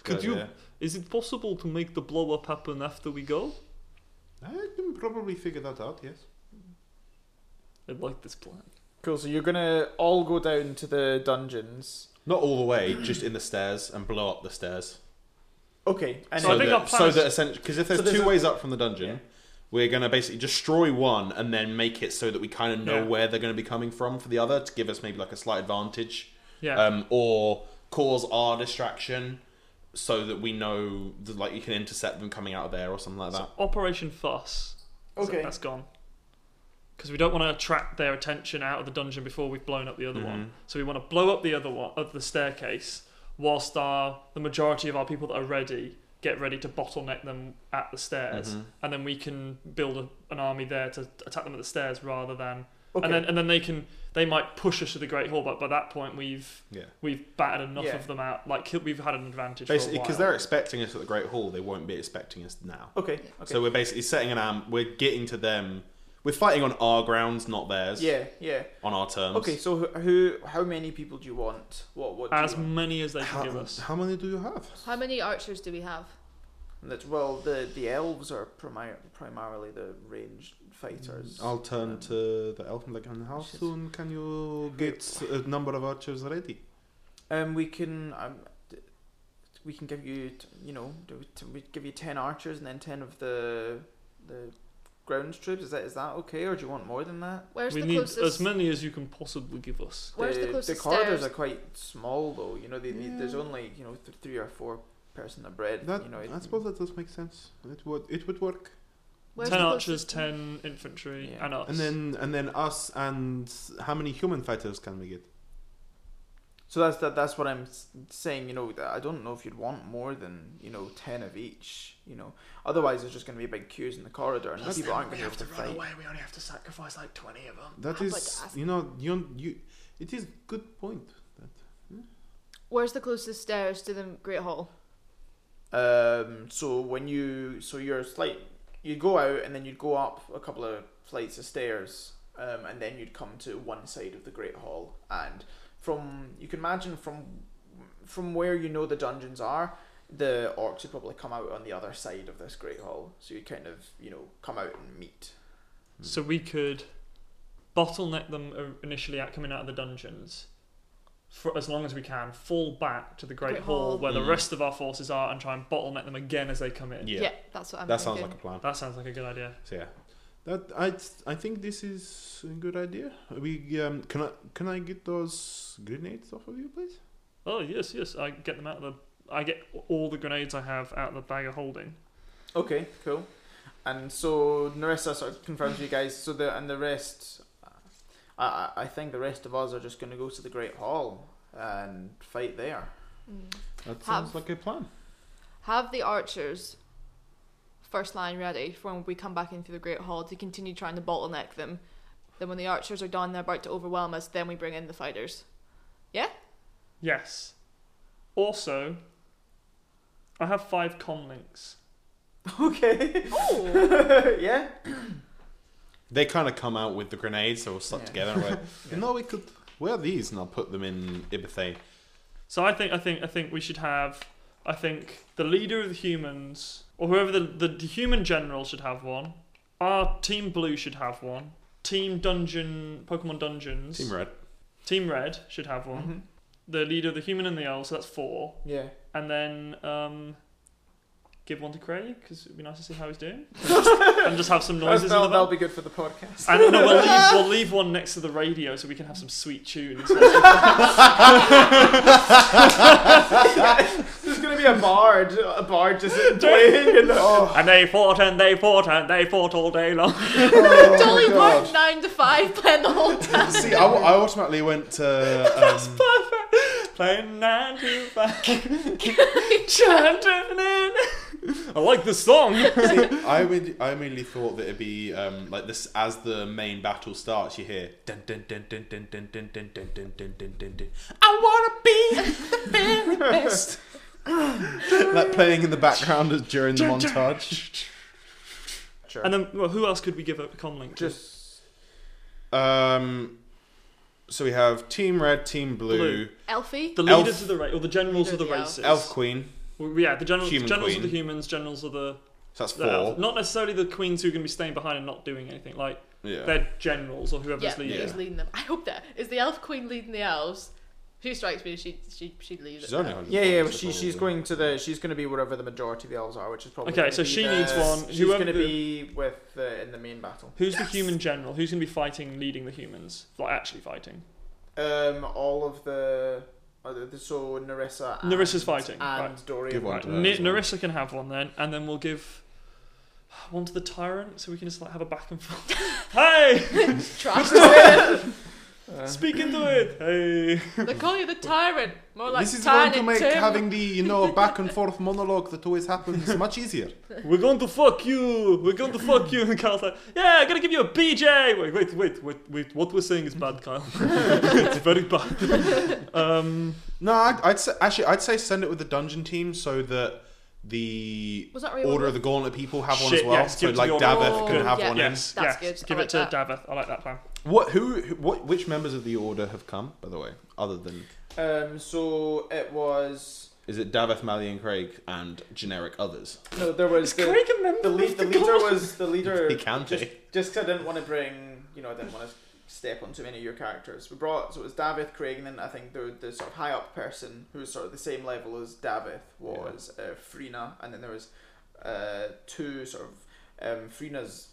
Could
Good
you-
idea.
Is it possible to make the blow up happen after we go?
I can probably figure that out. Yes.
I like this plan.
Cool. So you're gonna all go down to the dungeons.
Not all the way, just in the stairs and blow up the stairs.
Okay. And
So I
then-
think
that,
our plan
so
is-
that essentially, because if there's,
So there's
two
a-
ways up from the dungeon,
Yeah.
we're gonna basically destroy one and then make it so that we kind of know
Yeah.
where they're gonna be coming from for the other to give us maybe like a slight advantage,
Yeah.
um, or cause our distraction so that we know that like you can intercept them coming out of there or something like that.
So Operation Fuss. So
Okay.
that's gone. Because we don't want to attract their attention out of the dungeon before we've blown up the other
Mm-hmm.
one. So we want to blow up the other one of the staircase, whilst our the majority of our people that are ready get ready to bottleneck them at the stairs,
Mhm.
and then we can build a, an army there to attack them at the stairs rather than.
okay.
And then and then they can they might push us to the great hall, but by that point we've
Yeah.
we've battered enough
Yeah.
of them out. Like ki- we've had an advantage.
Basically, because
because
they're expecting us at the Great Hall, they won't be expecting us now.
okay. Okay.
So we're basically setting an am. We're getting to them. We're fighting on our grounds, not theirs.
yeah. Yeah.
On our
um,
terms.
Okay. So who, who? How many people do you want? What? What? Do
as
you want?
many as they can
How,
give us.
how many do you have?
How many archers do we have?
That's well. The the elves are primar- primarily the ranged fighters.
I'll turn
Um,
to the elf and like, and how
shit.
soon can you get a number of archers ready?
Um, we can um, d- we can give you t- you know do we, t- we give you ten archers and then ten of the the grounds troops. Is that is that okay, or do you want more than that?
Where's
we
the
need
closest?
as many as you can possibly give us.
Where's the
the
closest
corridors
stairs?
are quite small though. You know, they, they, there's
Yeah.
only you know th- three or four person a bread.
That,
you know,
I suppose that does make sense. It would it would work.
Where's
ten
the
archers,
closest-
ten infantry,
Yeah.
and us.
And then and then us and how many human fighters can we get?
so that's that. That's what I'm s- saying. You know, that I don't know if you'd want more than you know ten of each. You know, otherwise there's just going to be big queues in the corridor and people aren't going to be able to fight.
We only have to sacrifice like twenty of them.
That
I'd
is,
like to ask-
you know, you you. It is good point.
Where's the closest stairs to the Great Hall?
Um, so when you so you're slight, you go out and then you'd go up a couple of flights of stairs, um, and then you'd come to one side of the Great Hall. And from you can imagine from from where you know the dungeons are, the orcs would probably come out on the other side of this Great Hall. So you'd kind of you know come out and meet.
So we could bottleneck them uh, initially out coming out of the dungeons, for as long as we can, fall back to the Great,
Great
Hall,
Hall.
where the
Mm.
rest of our forces are and try and bottleneck them again as they come in.
Yeah.
Yeah, that's what I'm
that sounds
thinking.
like a plan.
That sounds like a good idea.
So yeah, that I I think this is a good idea. We um, can I can I get those grenades off of you, please?
Oh yes, yes. I get them out of the. I get all the grenades I have out of the bag of holding.
Okay, cool. And so Narissa sort of confirms you guys. So the and the rest, I I I think the rest of us are just going to go to the Great Hall and fight there. (laughs)
Mm.
That
Have-
sounds like a plan.
Have the archers first line ready for when we come back in through the Great Hall to continue trying to bottleneck them. Then when the archers are done, they're about to overwhelm us. Then we bring in the
(laughs)
fighters.
Yes. Also, I have five com links.
Okay. (laughs)
Oh, (laughs)
yeah.
They kind of come out with the grenades, so we're stuck
(laughs) Yeah.
together. and we're like, You know, we could wear these and I'll put them in Ibethay.
So I think I think I think we should have. I think the leader of the humans, or whoever the the, the human general should have one. Our team blue should have one. Team dungeon Pokemon dungeons.
Team Red. Mm-hmm.
Team red should have one.
Mhm.
The leader of the human and the owl, so that's four.
Yeah.
and then um, give one to Craig because it'd be nice to see how he's
(laughs)
doing, and just have some noises in the
That'll, that'll
back.
be good for the podcast.
And no,
(laughs)
we'll, leave, we'll leave one next to the radio so we can have some sweet tunes.
(laughs) There's going to be a bard, a bard just (laughs) playing.
(laughs)
And, oh,
and they fought and they fought and they fought all day long. (laughs)
Oh
Dolly Parton nine to five playing the whole
(laughs)
time.
(laughs) See, I, wa- I automatically went (laughs) to. Um,
Playing nine to
(laughs)
five. Chanting in. I like this song.
I would. I mainly thought that it'd be um, like this as the main battle starts. You hear. Dun, dun, dun, dun, dun, dun, dun, dun, dun, dun, dun, dun, dun, dun. I wanna be the very (laughs) best. like playing in the background as during the montage.
sure.
And then well, who else could we give a comlink to?
just
Um, so we have Team Red, Team Blue,
Blue.
Elfie.
the
Elf-
leaders of the race or the generals of
Leader of the
the
elf.
races.
Elf Queen.
Well, yeah, the generals,
Human
generals of
queen.
the humans, generals of the
So that's
the elves.
four.
Not necessarily the queens who are going to be staying behind and not doing anything. Like
Yeah.
they're generals or whoever's
yeah,
leading.
who's leading them? I hope that is the elf queen leading the elves. She strikes me. She she she leads.
She's
it.
only 100
yeah, yeah. Well,
points,
she,
so
she's
probably-
going to the. She's going to be wherever the majority of the elves are, which is probably.
Okay,
gonna
so
be
she
the-
needs one.
She's
Whoever
going to
the-
be with the, in the main battle.
Who's the human general? Who's going to be fighting, leading the humans? Like actually fighting.
Um, all of the, uh, the- the- so Narissa. And,
Narissa's fighting,
and
right.
Dorian.
Give one
Right.
to her as
N-
well.
Narissa can have one then, and then we'll give (sighs) one to the tyrant, so we can just like have a back and
(laughs)
forth. hey,
(laughs)
Trash.
speaking to it. Hey,
they call you the tyrant. More like
this is going
tyrant
to make
Tim.
having the you know back and forth monologue that always happens (laughs) much easier.
we're going to fuck you. We're going to fuck you. (laughs) And Kyle's like, yeah, I'm gonna give you a BJ. Wait, wait, wait, wait, wait. What we're saying is bad,
(laughs)
Kyle. it's very bad. Um,
No, I'd, I'd say, actually I'd say send it with the dungeon team so that the
Was that really
Order of the Gauntlet people have one
Shit,
as well.
yes,
so
give it to
like
the Order of the
Daveth can
Gauntlet.
have
Yeah.
one
yes,
That's
yes.
good.
Give
I
it
like
to
that.
Daveth. I like that plan.
in. What who who- what which members of the Order have come by the way? Other than
Um, so it was
is it Daveth, Mally, and Craig and generic others?
no, there was
Is
the,
Craig a member?
the, lead,
of
the leader
Gauntlet?
was the leader.
He can
just,
be.
just 'cause I didn't want to bring, you know, I didn't want to step on too many of your characters. We brought so it was Davith, Craig, and then I think the the sort of high up person who was sort of the same level as Davith was uh, Frina, and then there was uh, two sort of um, Frina's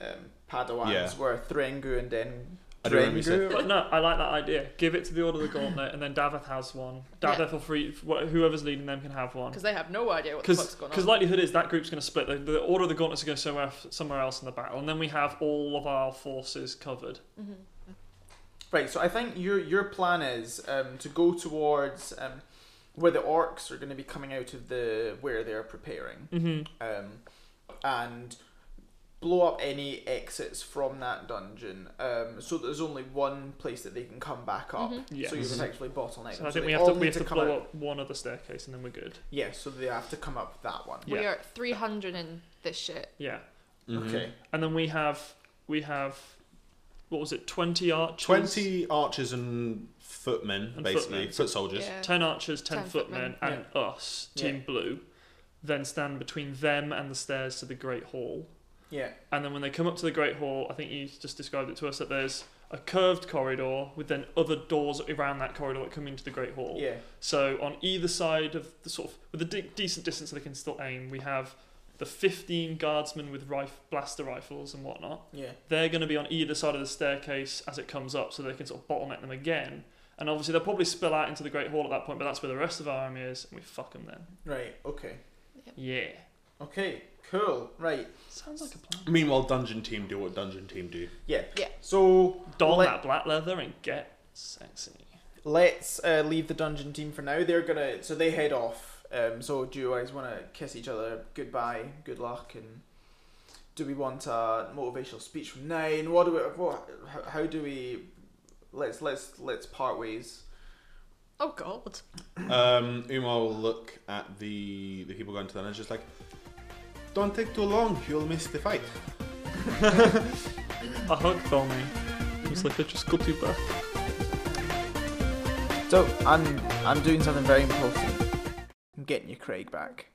um, Padawans
Yeah.
were Threngu and then
I do remember you said-
Drengu.
But no, I like that idea. Give it to the Order of the Gauntlet, and then Daveth has one. Daveth or free, wh- whoever's leading them can have one.
Because they have no idea what the fuck's going on.
Because likelihood is that group's going to split. The, the Order of the Gauntlets are going to somewhere f- somewhere else in the battle, and then we have all of our forces covered.
Mm-hmm.
Right, so I think your your plan is um, to go towards um, where the orcs are going to be coming out of the where they're preparing,
Mm-hmm.
um, and blow up any exits from that dungeon. Um, so there's only one place that they can come back
Mm-hmm.
up.
Yes.
So you've effectively bottlenecked.
So
them.
I think
they
we have
all
to we
need
have to
come
blow
out-
up one other staircase, and then we're good.
Yeah, so they have to come up that one.
Yeah. Mm-hmm.
We are at 300 in this shit.
Yeah,
Mm-hmm.
Okay.
and then we have we have what was it? Twenty archers,
Twenty archers and footmen,
And
basically
footmen.
foot soldiers.
Yeah.
ten archers, ten,
10
footmen,
footmen.
and us, Team
Yeah.
Blue, then stand between them and the stairs to the Great Hall.
Yeah.
And then when they come up to the Great Hall, I think you just described it to us that there's a curved corridor with then other doors around that corridor that come into the Great Hall.
Yeah.
So on either side of the sort of with a de- decent distance they can still aim, we have the 15 guardsmen with rif- blaster rifles and whatnot.
Yeah.
They're going to be on either side of the staircase as it comes up, so they can sort of bottleneck them again. And obviously they'll probably spill out into the Great Hall at that point, but that's where the rest of our army is, and we fuck them then.
Right. Okay.
Yeah.
Okay. Cool. Right.
Sounds like a plan.
Meanwhile, dungeon team do what dungeon team do.
Yeah.
Yeah.
So
Don
Let-
that black leather and get sexy.
let's uh, leave the dungeon team for now. They're gonna. So they head off. Um, so do you guys want to kiss each other goodbye, good luck, and do we want a motivational speech from Nine? What do we? What, how, how do we? Let's let's let's part ways.
Oh god.
(clears throat) Um, Umar will look at the the people going to the and it's just like, don't take too long, you'll miss the fight.
A hug for me. It was like I just got you back.
So I'm I'm doing something very important.
I'm getting you Craig back.